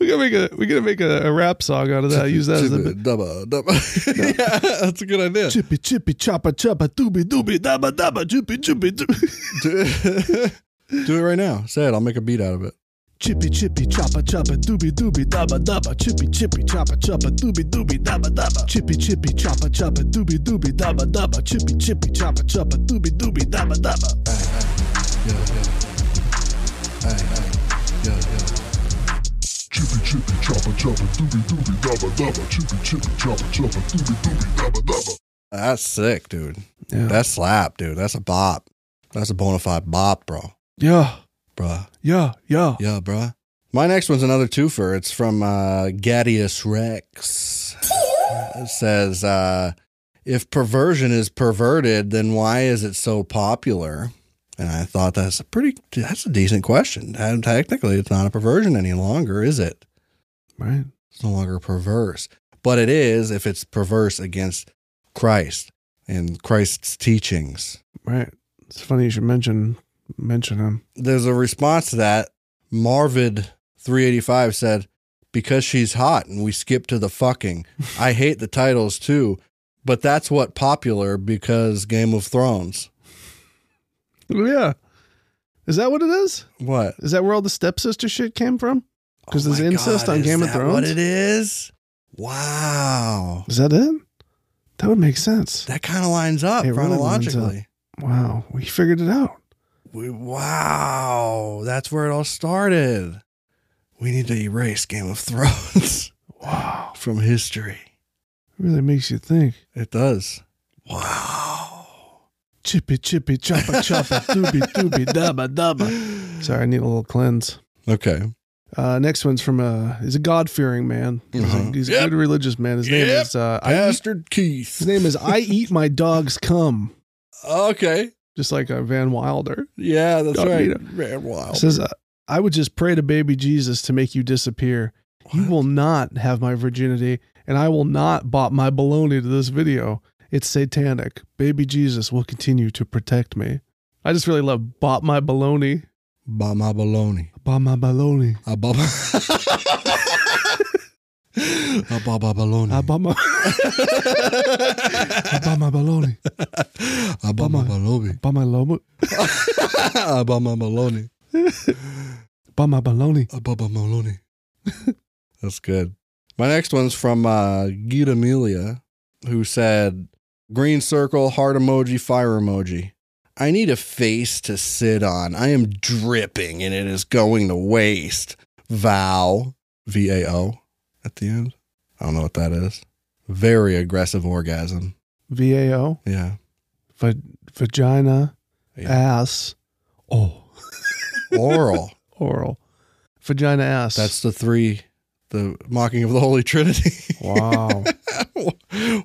B: we gotta make a we gotta make a, a rap song out of that. Uh, Use that as a bit.
A: Dubba, dubba. (laughs) yeah, that's a good idea.
B: Chippy chippy choppa choppa doobie doobie dabba dabba chippy chippy doobie.
A: Do do it right now. Say it. I'll make a beat out of it.
B: Chippy chippy choppa choppa doobie doobie dabba dabba chippy chippy choppa choppa doobie doobie dabba dabba chippy chippy choppa choppa doobie doobie dabba dabba chippy chippy choppa choppa doobie doobie dabba dabba.
C: Chippy chippy choppa choppa doobie doobie dabba dabba chippy chippy choppa choppa doobie doobie dabba dabba.
A: That's sick, dude.
B: Yeah.
A: That slap, dude. That's a bop. That's a bona fide bop, bro.
B: yeah,
A: Bruh.
B: yeah, yeah.
A: Yeah, bruh. My next one's another twofer. It's from uh, Gadius Rex. It says, uh, if perversion is perverted, then why is it so popular? And I thought that's a pretty, that's a decent question. And technically, it's not a perversion any longer, is it?
B: Right.
A: It's no longer perverse, but it is if it's perverse against Christ and Christ's teachings.
B: Right. It's funny you should mention mention him.
A: there's a response to that. Marvid385 said, Because she's hot and we skip to the fucking. I hate the titles too, but that's what popular because Game of Thrones.
B: Oh, Yeah. Is that what it is?
A: What?
B: Is that where all the stepsister shit came from? 'Cause there's
A: Oh my
B: incest on
A: is
B: Game of
A: that What
B: Thrones?
A: it is? Wow.
B: Is that it? That would make sense.
A: That kind of lines up
B: It really lines up.
A: chronologically.
B: Wow, we figured it out.
A: We, wow. That's where it all started. We need to erase Game of Thrones (laughs)
B: Wow.
A: from history.
B: It really makes you think.
A: It does. Wow.
B: Chippy chippy choppa choppa doobie doobie dabba dabba. Sorry, I need a little cleanse.
A: Okay.
B: Uh, next one's from a he's a God fearing man. He's a,
A: Uh-huh.
B: he's a
A: Yep.
B: good religious man. His name
A: Yep.
B: is uh, I eat,
A: Bastard
B: his
A: Keith.
B: name is I eat my dog's cum,
A: Okay.
B: just like uh, Van Wilder.
A: Yeah, that's
B: Don't
A: right.
B: need it.
A: Man, wow.
B: It says uh, I would just pray to baby Jesus to make you disappear. You will not have my virginity, and I will not bop my baloney to this video. It's satanic. Baby Jesus will continue to protect me. I just really love bop my baloney.
A: By my baloney.
B: Bop my baloney.
A: A baba. A baba baloney.
B: I bop my, (laughs) I bop my baloney.
A: A baba
B: Baba.
A: baloney.
B: Bop my lomo.
A: A baba baloney.
B: Bop my baloney.
A: A baba baloney. (laughs) That's good. My next one's from uh, Gita Amelia, who said, "Green circle, heart emoji, fire emoji. I need a face to sit on. I am dripping, and it is going to waste." Vow, V A O, at the end. I don't know what that is. Very aggressive orgasm.
B: VAO.
A: Yeah.
B: Va- vagina.
A: Yeah.
B: Ass. Oh.
A: Oral.
B: Oral. Vagina ass.
A: That's the three. The mocking of the Holy Trinity. (laughs)
B: (laughs) wow.
A: wow.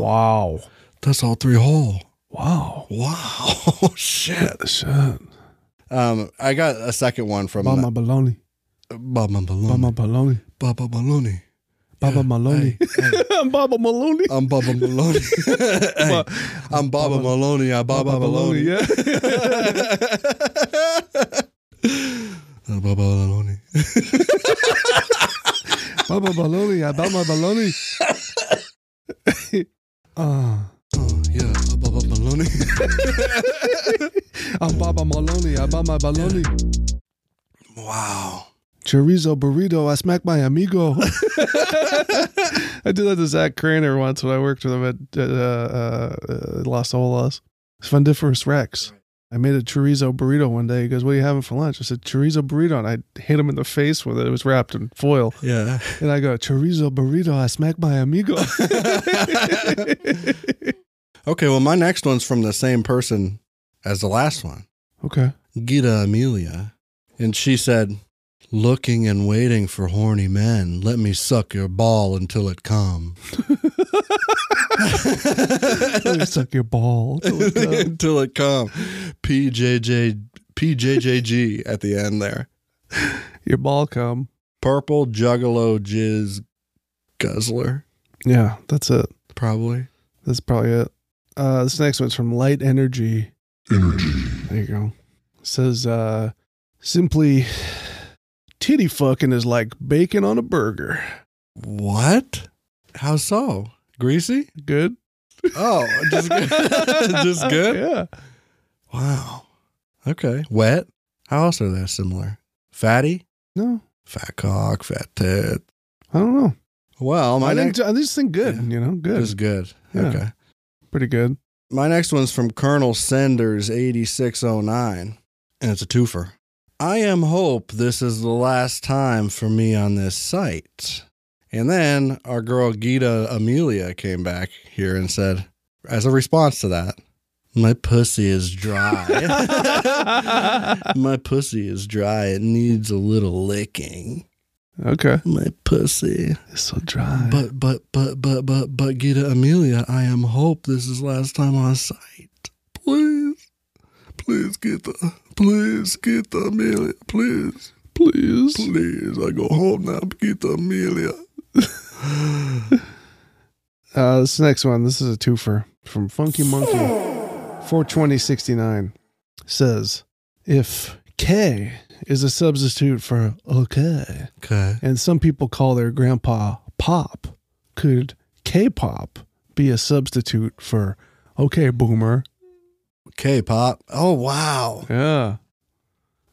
B: wow.
A: That's all three whole.
B: Wow.
A: Wow. (laughs) Shit.
B: Shit.
A: Um, I got a second one from
B: Baba Baloney.
A: Baba
B: Baba
A: Maloney.
B: Baloney.
A: Baba Maloney.
B: Baba Maloney.
A: Hey, hey,
B: I'm (laughs) Baba Maloney.
A: I'm Baba (laughs) Maloney. Hey, I'm Baba
B: Baba-
A: Maloney. I'm Baba Maloney.
B: Yeah.
A: I'm (laughs) Baba Maloney.
B: (laughs) Baba Baloney. I'm Baba Baloney. (laughs) Ah.
A: Oh, yeah, I'm Baba Maloney. (laughs)
B: I'm Baba Maloney. I'm Baba Baloney.
A: Wow.
B: Chorizo burrito. I smack my (laughs) amigo. I did that to Zach Craner once when I worked with him at uh, uh, uh, Las Olas. Fundiferous Rex. I made a chorizo burrito one day. He goes, "What are you having for lunch?" I said, "Chorizo burrito," and I hit him in the face with it. It was wrapped in foil,
A: Yeah.
B: and I go, "Chorizo burrito." I smack my
A: (laughs)
B: amigo. (laughs)
A: Okay, well, my next one's from the same person as the last one.
B: okay.
A: Gita Amelia, And she said, Looking and waiting for horny men, let me suck your ball until it come. (laughs)
B: suck your ball.
A: (laughs) until it come. PJJ, PJJG at the end there.
B: your ball come.
A: Purple Juggalo Jizz Guzzler,
B: Yeah, that's it.
A: probably.
B: That's probably it. Uh, this next one's from Light Energy.
C: Energy.
B: There you go. Says uh simply titty fucking is like bacon on a burger.
A: What? How so? Greasy?
B: Good?
A: Oh, just good. (laughs) just good?
B: Yeah.
A: Wow. Okay. Wet? How else are they similar? Fatty?
B: No.
A: Fat cock, fat tit.
B: I don't know.
A: Well, my
B: I
A: next
B: think I just think good,
A: Yeah.
B: you know, good.
A: is good.
B: Yeah.
A: Okay. (laughs)
B: Pretty good. (laughs)
A: My next one's from Colonel Senders 8609, and it's a twofer. I am hope this is the last time for me on this site. And then our girl Gita Amelia came back here and said, as a response to that, my pussy is (laughs) dry. (laughs) my pussy is dry. It needs a little licking.
B: okay.
A: My pussy.
B: It's so dry.
A: But but but but but but Gita Amelia, I am hope this is last time on sight. Please, please get the please get the Amelia, please
B: please.
A: please. I go home now, get the Amelia.
B: Uh, this next one, this is a twofer from Funky Monkey 42069 says if K is a substitute for okay,
A: Okay.
B: and some people call their grandpa pop, could K pop be a substitute for okay boomer?
A: K-pop. Oh wow,
B: Yeah.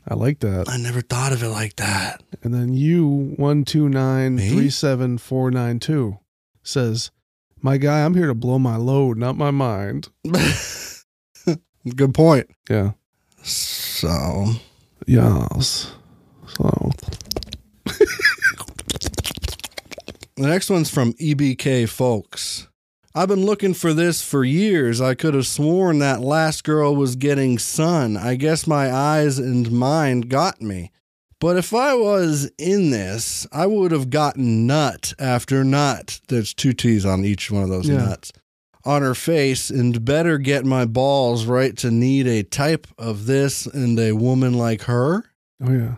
B: I like that.
A: I never thought of it like that.
B: And then you one two nine
A: Me?
B: three seven four nine two says, My guy, I'm here to blow my load, not my mind.
A: Good point.
B: Yeah.
A: So
B: Yes. So
A: The next one's from EBK Folks. I've been looking for this for years. I could have sworn that last girl was getting sun. I guess my eyes and mind got me. But if I was in this, I would have gotten nut after nut. There's two T's on each one of those
B: Yeah.
A: nuts. On her face, and better get my balls right to need a type of this and a woman like her.
B: oh yeah.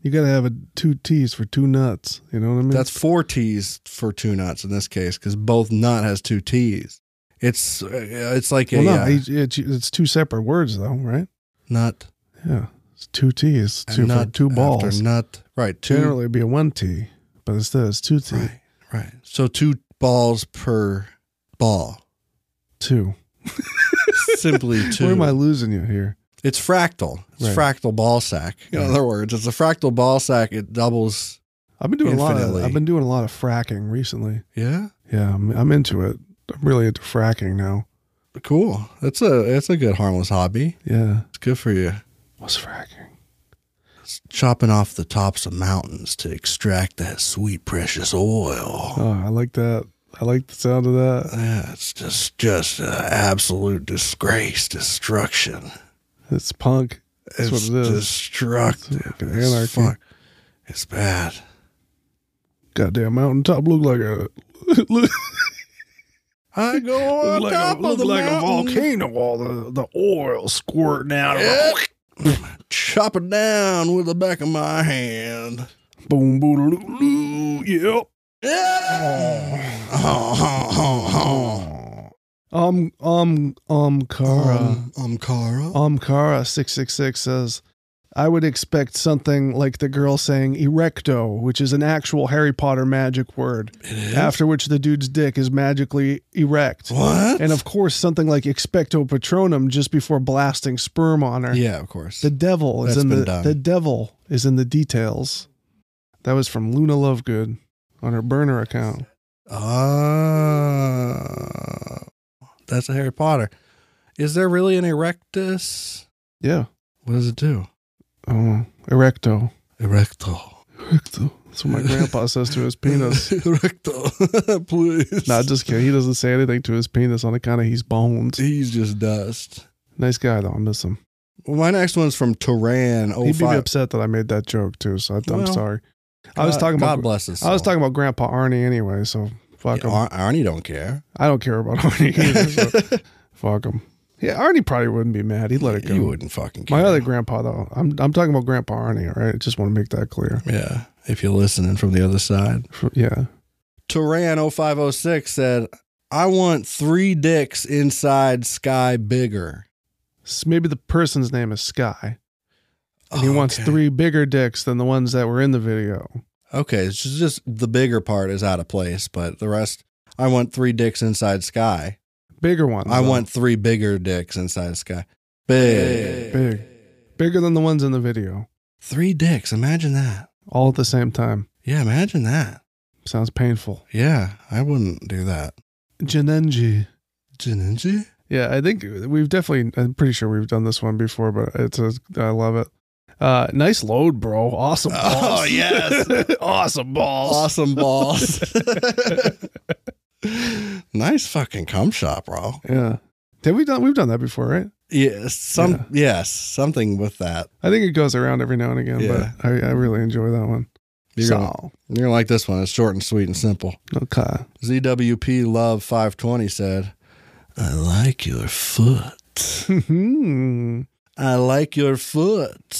B: You gotta have a two T's for two nuts. You know what I mean?
A: That's four T's for two nuts in this case because both nut has two T's. It's uh, it's like
B: well,
A: a
B: no,
A: uh,
B: it's, it's, it's two separate words though, right?
A: nut,
B: Yeah, it's two T's,
A: and
B: two for
A: nut
B: two
A: after
B: balls.
A: nut right two
B: Generally, it'd be a one T, but instead it's two T,
A: right right so two balls per ball
B: two. (laughs)
A: simply two.
B: Where am I losing you here?
A: It's fractal. It's
B: Right.
A: fractal ball sack. In
B: Yeah.
A: other words, it's a fractal ball sack. It doubles.
B: I've been doing a lot.
A: Infinitely.
B: Of, I've been doing a lot of fracking recently.
A: Yeah,
B: Yeah, I'm, I'm into it. I'm really into fracking now.
A: cool. That's a that's a good harmless hobby.
B: Yeah,
A: It's good for you.
B: what's fracking?
A: It's chopping off the tops of mountains to extract that sweet precious oil.
B: Oh, I like that. I like the sound of that.
A: Yeah, it's just just uh, absolute disgrace, destruction.
B: It's punk. That's
A: it's
B: what it is.
A: destructive.
B: It's fucking
A: as
B: anarchy.
A: fuck. It's bad.
B: Goddamn mountaintop look like a (laughs) look,
A: I go on
B: like
A: top
B: a,
A: of
B: (laughs) look
A: the
B: like a
A: mountain.
B: volcano. All the the oil squirting out. of it.
A: Yeah. Chop it down with the back of my hand.
B: Boom, boom, loo, loo. Yep. Oh.
A: Oh, Yeah.
B: Um, um, um, Kara.
A: Um, I'm Cara.
B: Um, Kara six six six says, I would expect something like the girl saying erecto, which is an actual Harry Potter magic word,
A: It is?
B: after which the dude's dick is magically erect.
A: what?
B: And of course, something like expecto patronum just before blasting sperm on her.
A: yeah, of course.
B: The devil is
A: That's
B: in
A: been
B: the
A: done.
B: the devil is in the details. That was from Luna Lovegood on her burner account.
A: Ah, that's a Harry Potter. Is there really an erectus?
B: Yeah.
A: What does it do?
B: Oh, erecto.
A: Erecto.
B: Erecto. That's what my grandpa says to his
A: (laughs)
B: penis.
A: Erecto. (laughs) Please.
B: Not just kidding. He doesn't say anything to his penis on account of he's bones.
A: He's just dust.
B: Nice guy though. I miss him.
A: Well, my next one's from Turan
B: He'd be
A: 05.
B: upset that I made that joke too. So I, I'm
A: Oh, Well,
B: sorry. I was
A: God-
B: talking
A: God
B: about
A: bless us.
B: I was
A: all.
B: talking about Grandpa Arnie anyway. So fuck him.
A: Yeah, Ar- Arnie don't care.
B: I don't care about (laughs) Arnie. Either, so
A: (laughs)
B: fuck him. Yeah, Arnie probably wouldn't be mad. He'd let it go.
A: You wouldn't fucking care.
B: My other grandpa though. I'm I'm talking about Grandpa Arnie. All right. I just want to make that clear.
A: yeah, if you're listening from the other side.
B: For- yeah.
A: Turan0506 said, I want three dicks inside Sky Bigger.
B: S- Maybe the person's name is Sky, and he
A: Oh,
B: wants
A: okay.
B: three bigger dicks than the ones that were in the video.
A: Okay, it's just- just the bigger part is out of place, but the rest, I want three dicks inside Sky.
B: Bigger ones.
A: I
B: though.
A: want three bigger dicks inside Sky. Big.
B: big, bigger than the ones in the video,
A: Three dicks. Imagine that.
B: all at the same time.
A: Yeah, imagine that.
B: Sounds painful.
A: Yeah, I wouldn't do that.
B: Janenji.
A: Jinji?
B: Yeah, I think we've definitely. I'm pretty sure we've done this one before, but it's a. I love it. Uh, nice load, bro. Awesome. Balls.
A: Oh, yes.
B: (laughs) awesome balls.
A: Awesome balls. (laughs) nice fucking cum shot, bro.
B: Yeah. Have we done? We've done that before, right?
A: Yes, some
B: Yeah.
A: yes, something with that.
B: I think it goes around every now and again,
A: Yeah.
B: but I, I really enjoy that one.
A: You're gonna,
B: so,
A: you're gonna like this one. It's short and sweet and simple.
B: okay. (laughs)
A: ZWP Love 520 said, "I like your foot.
B: Mhm.
A: I like your foot.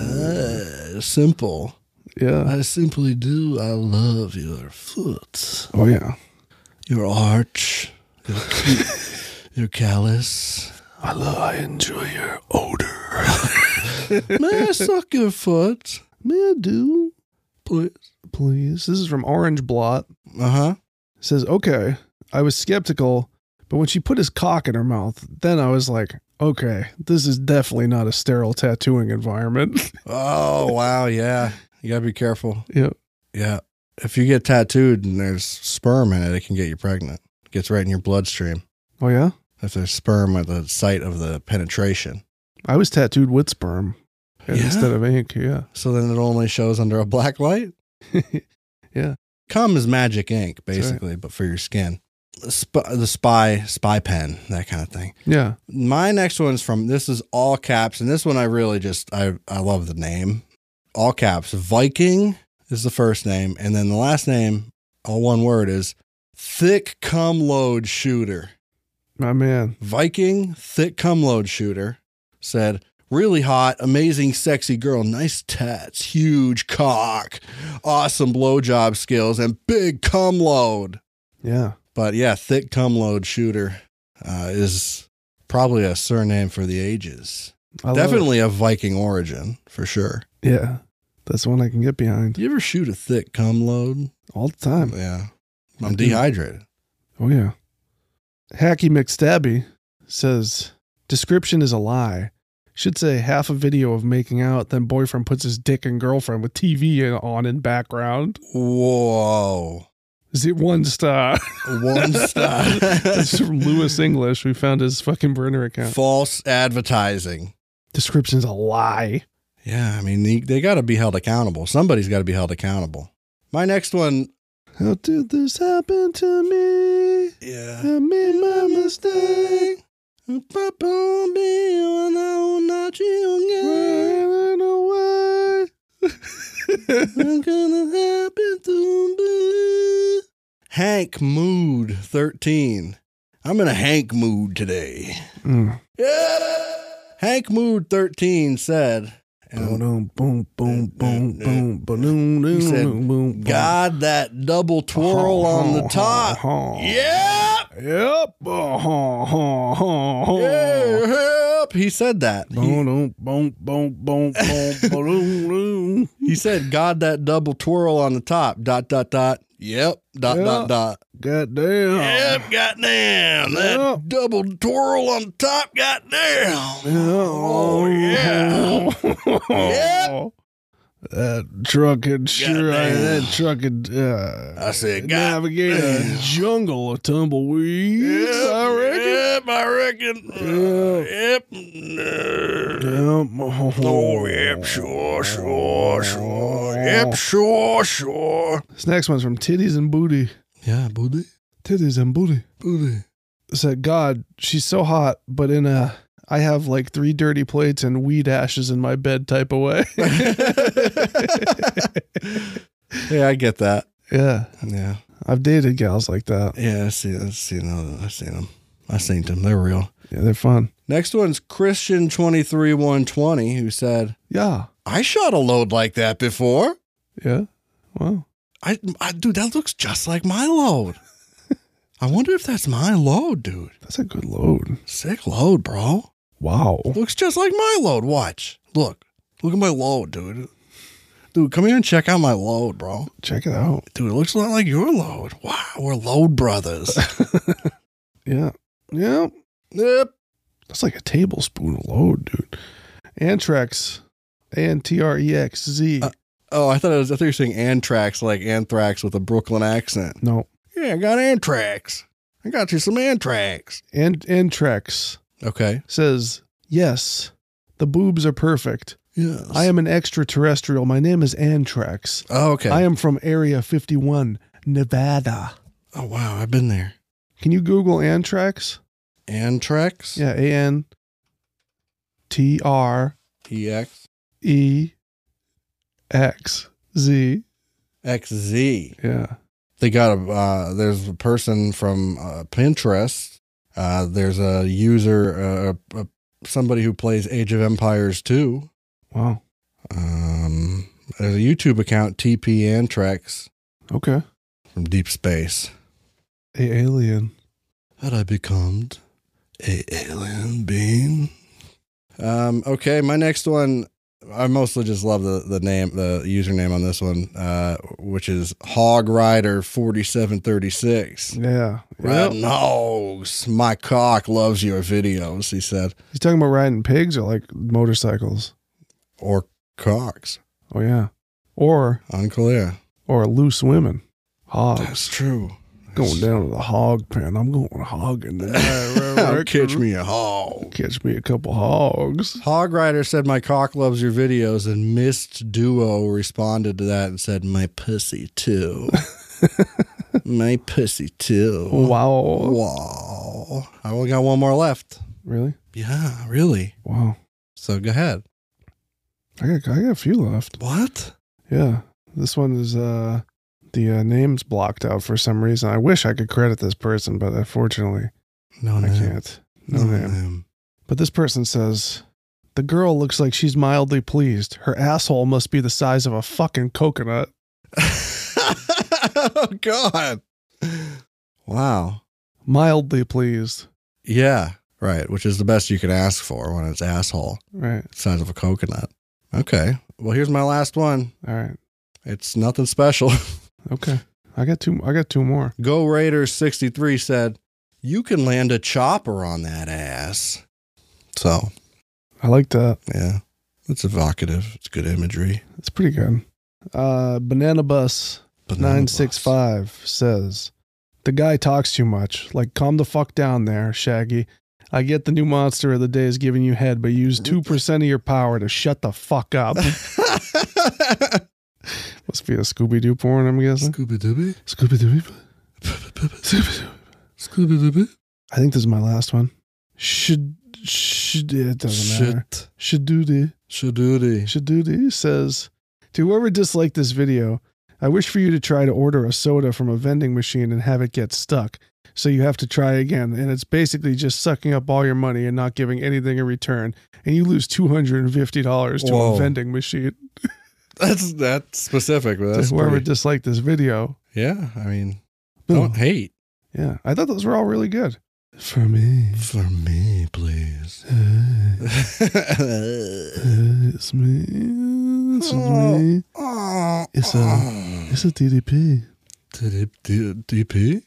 A: Uh, simple.
B: yeah.
A: I simply do. I love your foot.
B: Oh yeah.
A: Your arch. Your, your callus."
B: I love. I enjoy your odor. (laughs)
A: May I suck your foot,
B: May I do?
A: please?
B: Please. This is from Orange Blot.
A: Uh huh.
B: says, "Okay, I was skeptical, but when she put his cock in her mouth, then I was like, okay, this is definitely not a sterile tattooing environment." (laughs)
A: Oh wow, yeah. You gotta be careful.
B: yeah,
A: Yeah. If you get tattooed and there's sperm in it, it can get you pregnant. It gets right in your bloodstream.
B: oh yeah,
A: If there's sperm at the site of the penetration.
B: I was tattooed with sperm
A: Yeah?
B: instead of ink. Yeah, (laughs)
A: So then it only shows under a black light?
B: Yeah.
A: Cum is magic ink,
B: right.
A: basically, but for your skin. The, sp- the spy, spy pen, that kind of thing.
B: yeah,
A: My next one's from this is all caps, and this one I really just I I love the name. All caps. Viking is the first name, and then the last name, all one word, is thick cum load shooter.
B: my man.
A: Viking thick cum load shooter said, really hot, amazing, sexy girl, nice tats, huge cock, awesome blowjob skills, and big cum load.
B: Yeah,
A: But yeah, thick cum load shooter uh, is probably a surname for the ages.
B: I love it.
A: Definitely of Viking origin for sure.
B: Yeah, that's one I can get behind
A: Do you ever shoot a thick cum load?
B: all the time.
A: Yeah,
B: I
A: I'm
B: do.
A: dehydrated.
B: Oh yeah. Hacky McStabby says description is a lie. Should say half a video of making out, then boyfriend puts his dick and girlfriend with TV in- on in background.
A: Whoa,
B: Is it one star? (laughs)
A: one star.
B: That's from Lewis English. We found his fucking burner account.
A: False advertising.
B: Description's a lie.
A: Yeah, I mean they, they got to be held accountable. Somebody's got to be held accountable. My next one.
B: How did this happen to me?
A: Yeah.
B: I made my mistake. I know why.
A: Hank Mood 13. I'm in a Hank mood today.
B: Mm.
A: Hank Mood 13 said, and
B: Boom, boom, boom, boom, boom, boom,
A: He said,
B: boom, boom, boom.
A: God, that double twirl on
B: Oh,
A: the top. Yeah.
B: Yep.
A: Yeah, help. He said that. He, (laughs) he said, God, that double twirl on the top. Dot, dot, dot. Yep. Dot,
B: Yeah.
A: dot, dot.
B: God damn.
A: Yep, goddamn. That
B: Yeah.
A: double twirl on the top, goddamn. Oh, yeah. Yep.
B: That trucking sure I,
A: Goddamn.
B: that trucking uh
A: I said, God.
B: navigate a
A: damn.
B: jungle of tumbleweeds, I reckon.
A: Yep, I reckon. Yep. Yep.
B: Yep.
A: Oh, yep, sure, sure, sure. Yep, sure, sure.
B: This next one's from Titties and Booty.
A: Yeah, booty. (laughs)
B: Titties and Booty.
A: Booty.
B: said, God, she's so hot, but in a I have like three dirty plates and weed ashes in my bed type of way. (laughs)
A: yeah, I get that.
B: yeah.
A: Yeah,
B: I've dated gals like that.
A: yeah, I see, I see, no, I seen them. I seen them. They're real.
B: Yeah, they're fun.
A: Next one's Christian twenty three one twenty, who said,
B: Yeah.
A: "I shot a load like that before.
B: Yeah. Wow.
A: I, I dude, that looks just like my load. (laughs) I wonder if that's my load, dude.
B: That's a good load.
A: Sick load, bro."
B: Wow.
A: Looks just like my load. Watch. Look. Look at my load, dude. Dude, come here and check out my load, bro.
B: Check it out.
A: Dude, it looks a lot like your load. Wow, we're load brothers. (laughs)
B: Yeah. Yeah.
A: yep.
B: That's like a tablespoon of load, dude. Antrex. A N T R E X Z.
A: Uh, Oh, I thought it was I thought you were saying anthrax like anthrax with a Brooklyn accent.
B: no.
A: Yeah, I got anthrax. I got you some anthrax.
B: And Antrex
A: Okay.
B: says, Yes, the boobs are perfect.
A: Yes.
B: I am an extraterrestrial. My name is Antrex.
A: Oh, okay.
B: I am from Area 51, Nevada.
A: oh wow, I've been there.
B: Can you Google Antrex?
A: Anthrax?
B: Yeah, A N T R
A: EX
B: E X Z.
A: XZ.
B: Yeah.
A: they got a uh, there's a person from uh, Pinterest. Uh, there's a user, uh, uh, somebody who plays Age of Empires 2.
B: Wow.
A: Um, there's a YouTube account, TP Antrex
B: Okay.
A: from Deep Space.
B: A alien.
A: Had I become a alien being? Um, okay, my next one. I mostly just love the, the name, the username on this one, uh, which is Hog Rider 4736.
B: Yeah.
A: Right.
B: Yep.
A: No, my cock loves your videos, he said.
B: He's talking about riding pigs or like motorcycles.
A: Or cocks.
B: Oh yeah. Or
A: Unclear.
B: or loose women.
A: (laughs)
B: Hogs.
A: true.
B: Going down to the hog pen. I'm going hogging
A: Now
B: tonight.
A: catch me a hog.
B: Catch me a couple hogs.
A: Hog Rider said, My cock loves your videos, and Mist Duo responded to that and said, My pussy
B: (laughs)
A: too. my pussy too.
B: Wow.
A: Wow. I only got one more left.
B: Really?
A: Yeah, really.
B: Wow.
A: So go ahead.
B: I got I got a few left.
A: What?
B: Yeah. This one is uh the uh, name's blocked out for some reason. I wish I could credit this person, but unfortunately
A: Oh, No,
B: I
A: name.
B: can't. No
A: No,
B: name.
A: name.
B: But this person says the girl looks like she's mildly pleased. Her asshole must be the size of a fucking coconut.
A: oh (laughs) God! Wow.
B: Mildly pleased.
A: Yeah. Right. Which is the best you can ask for when it's asshole
B: Right.
A: size of a coconut. Okay. Well, here's my last one.
B: All right.
A: It's nothing special. (laughs)
B: Okay. I got two I got two more.
A: Go Raiders sixty three said, "You can land a chopper on that ass." So
B: I like that.
A: yeah, it's evocative. It's good imagery.
B: It's pretty good. Uh Banana Bus
A: Banana
B: nine
A: bus. (laughs)
B: six five says the guy talks too much. Like calm the fuck down there, Shaggy. I get the new monster of the day is giving you head, but use two percent of your power to shut the
A: (laughs)
B: fuck up. Must be a Scooby Doo porn, I'm guessing.
A: Scooby (laughs) Dooby.
B: Scooby Doo. Scooby Doo.
A: Scooby Dooby.
B: I think this is my last one. Should should it doesn't matter.
A: Shit.
B: Should do the
A: Shadoody.
B: Shadudu says, To whoever disliked this video, I wish for you to try to order a soda from a vending machine and have it get stuck. So you have to try again. And it's basically just sucking up all your money and not giving anything in return. And you lose $250 to
A: Whoa.
B: a vending machine.
A: That's that's specific, but
B: To
A: that's
B: whoever
A: pretty-
B: disliked this video.
A: Yeah, I mean,
B: Boom.
A: don't hate.
B: Yeah. I thought those were all really good. For me.
A: For me, (laughs) please.
B: Uh,
A: it's
B: it's me. It's me. It's
A: uh, (laughs)
B: a- It's a DDP.
A: DP?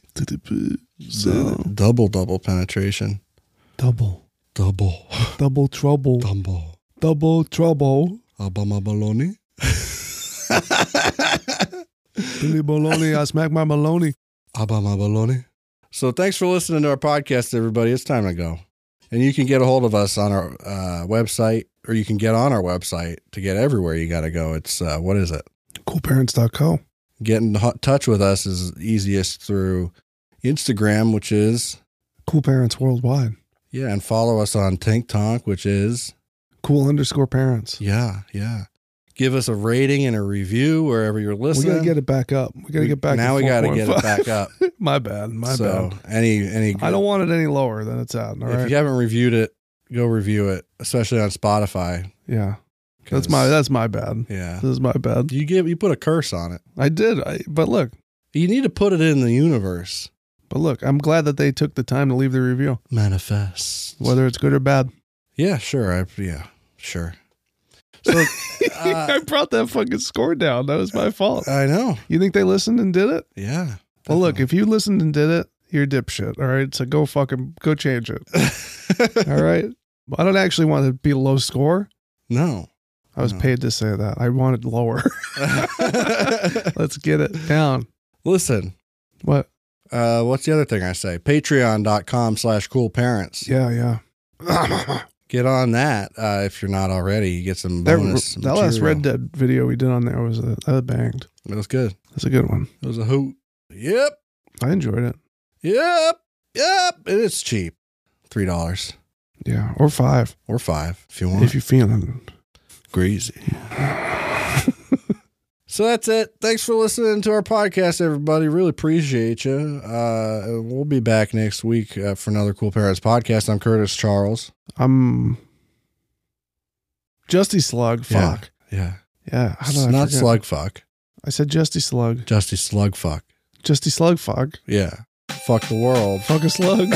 B: DDP.
A: Double, double penetration.
B: Double.
A: Double. (laughs)
B: Double trouble.
A: Double.
B: Double trouble.
A: Obama (laughs) baloney. (laughs)
B: Billy Baloney, I smack my Maloney.
A: Obama baloney. So thanks for listening to our podcast, everybody. It's time to go. And you can get a hold of us on our uh, website, or you can get on our website to get everywhere you got to go. It's, uh, what is it?
B: Coolparents.co.
A: get in hu- touch with us is easiest through Instagram, which is
B: Cool Parents Worldwide.
A: Yeah, and follow us on Tink Tonk, which is
B: Cool underscore parents.
A: yeah, yeah. Give us a rating and a review wherever you're
B: We
A: listening.
B: gotta get it back up. We gotta
A: We-
B: get back.
A: Now
B: to
A: we gotta get it
B: 4.5. (laughs)
A: back up.
B: my bad. My
A: so
B: bad.
A: any any
B: I don't want it any lower than it's at. All
A: if
B: right.
A: you haven't reviewed it, go review it, especially on Spotify.
B: yeah.
A: 'cause-
B: That's my. That's my bad.
A: yeah.
B: This is my bad.
A: You give you put a curse on it.
B: I did. I, but look.
A: You need to put it in the universe.
B: But look. I'm glad that they took the time to leave the review,
A: Manifest.
B: whether it's good or bad. (laughs)
A: Yeah, sure. I, yeah, sure.
B: (laughs)
A: So Uh,
B: I brought that fucking score down. That was my fault.
A: I know.
B: You think they listened and did it?
A: Yeah.
B: Well, look. If you listened and did it, you're a dipshit. All right. So go fucking go change it. All right. I don't actually want to be low score.
A: (laughs) no. (laughs)
B: I was
A: No.
B: paid to say that. I wanted lower. (laughs) Let's get it down.
A: Listen,
B: What?
A: uh, what's the other thing I say? Patreon.com slash cool parents. (coughs)
B: Yeah, yeah.
A: Get on that uh, if you're not already. You get some
B: That,
A: bonus.
B: that last
A: material.
B: Red Dead video we did on there was a, that banged.
A: It was good.
B: That's a good one.
A: It was a hoot. Yep.
B: I enjoyed it.
A: Yep. Yep. And it's cheap. Three dollars
B: Yeah, or five
A: or five if you want.
B: if you feeling.
A: greasy. so that's it. Thanks for listening to our podcast, everybody. Really appreciate you. Uh, we'll be back next week uh, for another Cool Parents podcast. I'm Curtis Charles.
B: I'm Justy Slug.
A: Yeah.
B: Fuck.
A: Yeah,
B: Yeah, how did I
A: not
B: forget?
A: slug fuck,
B: I said Justy Slug.
A: Justy slug fuck.
B: Justy Slug. Fuck.
A: Yeah, fuck the world.
B: Fuck a slug.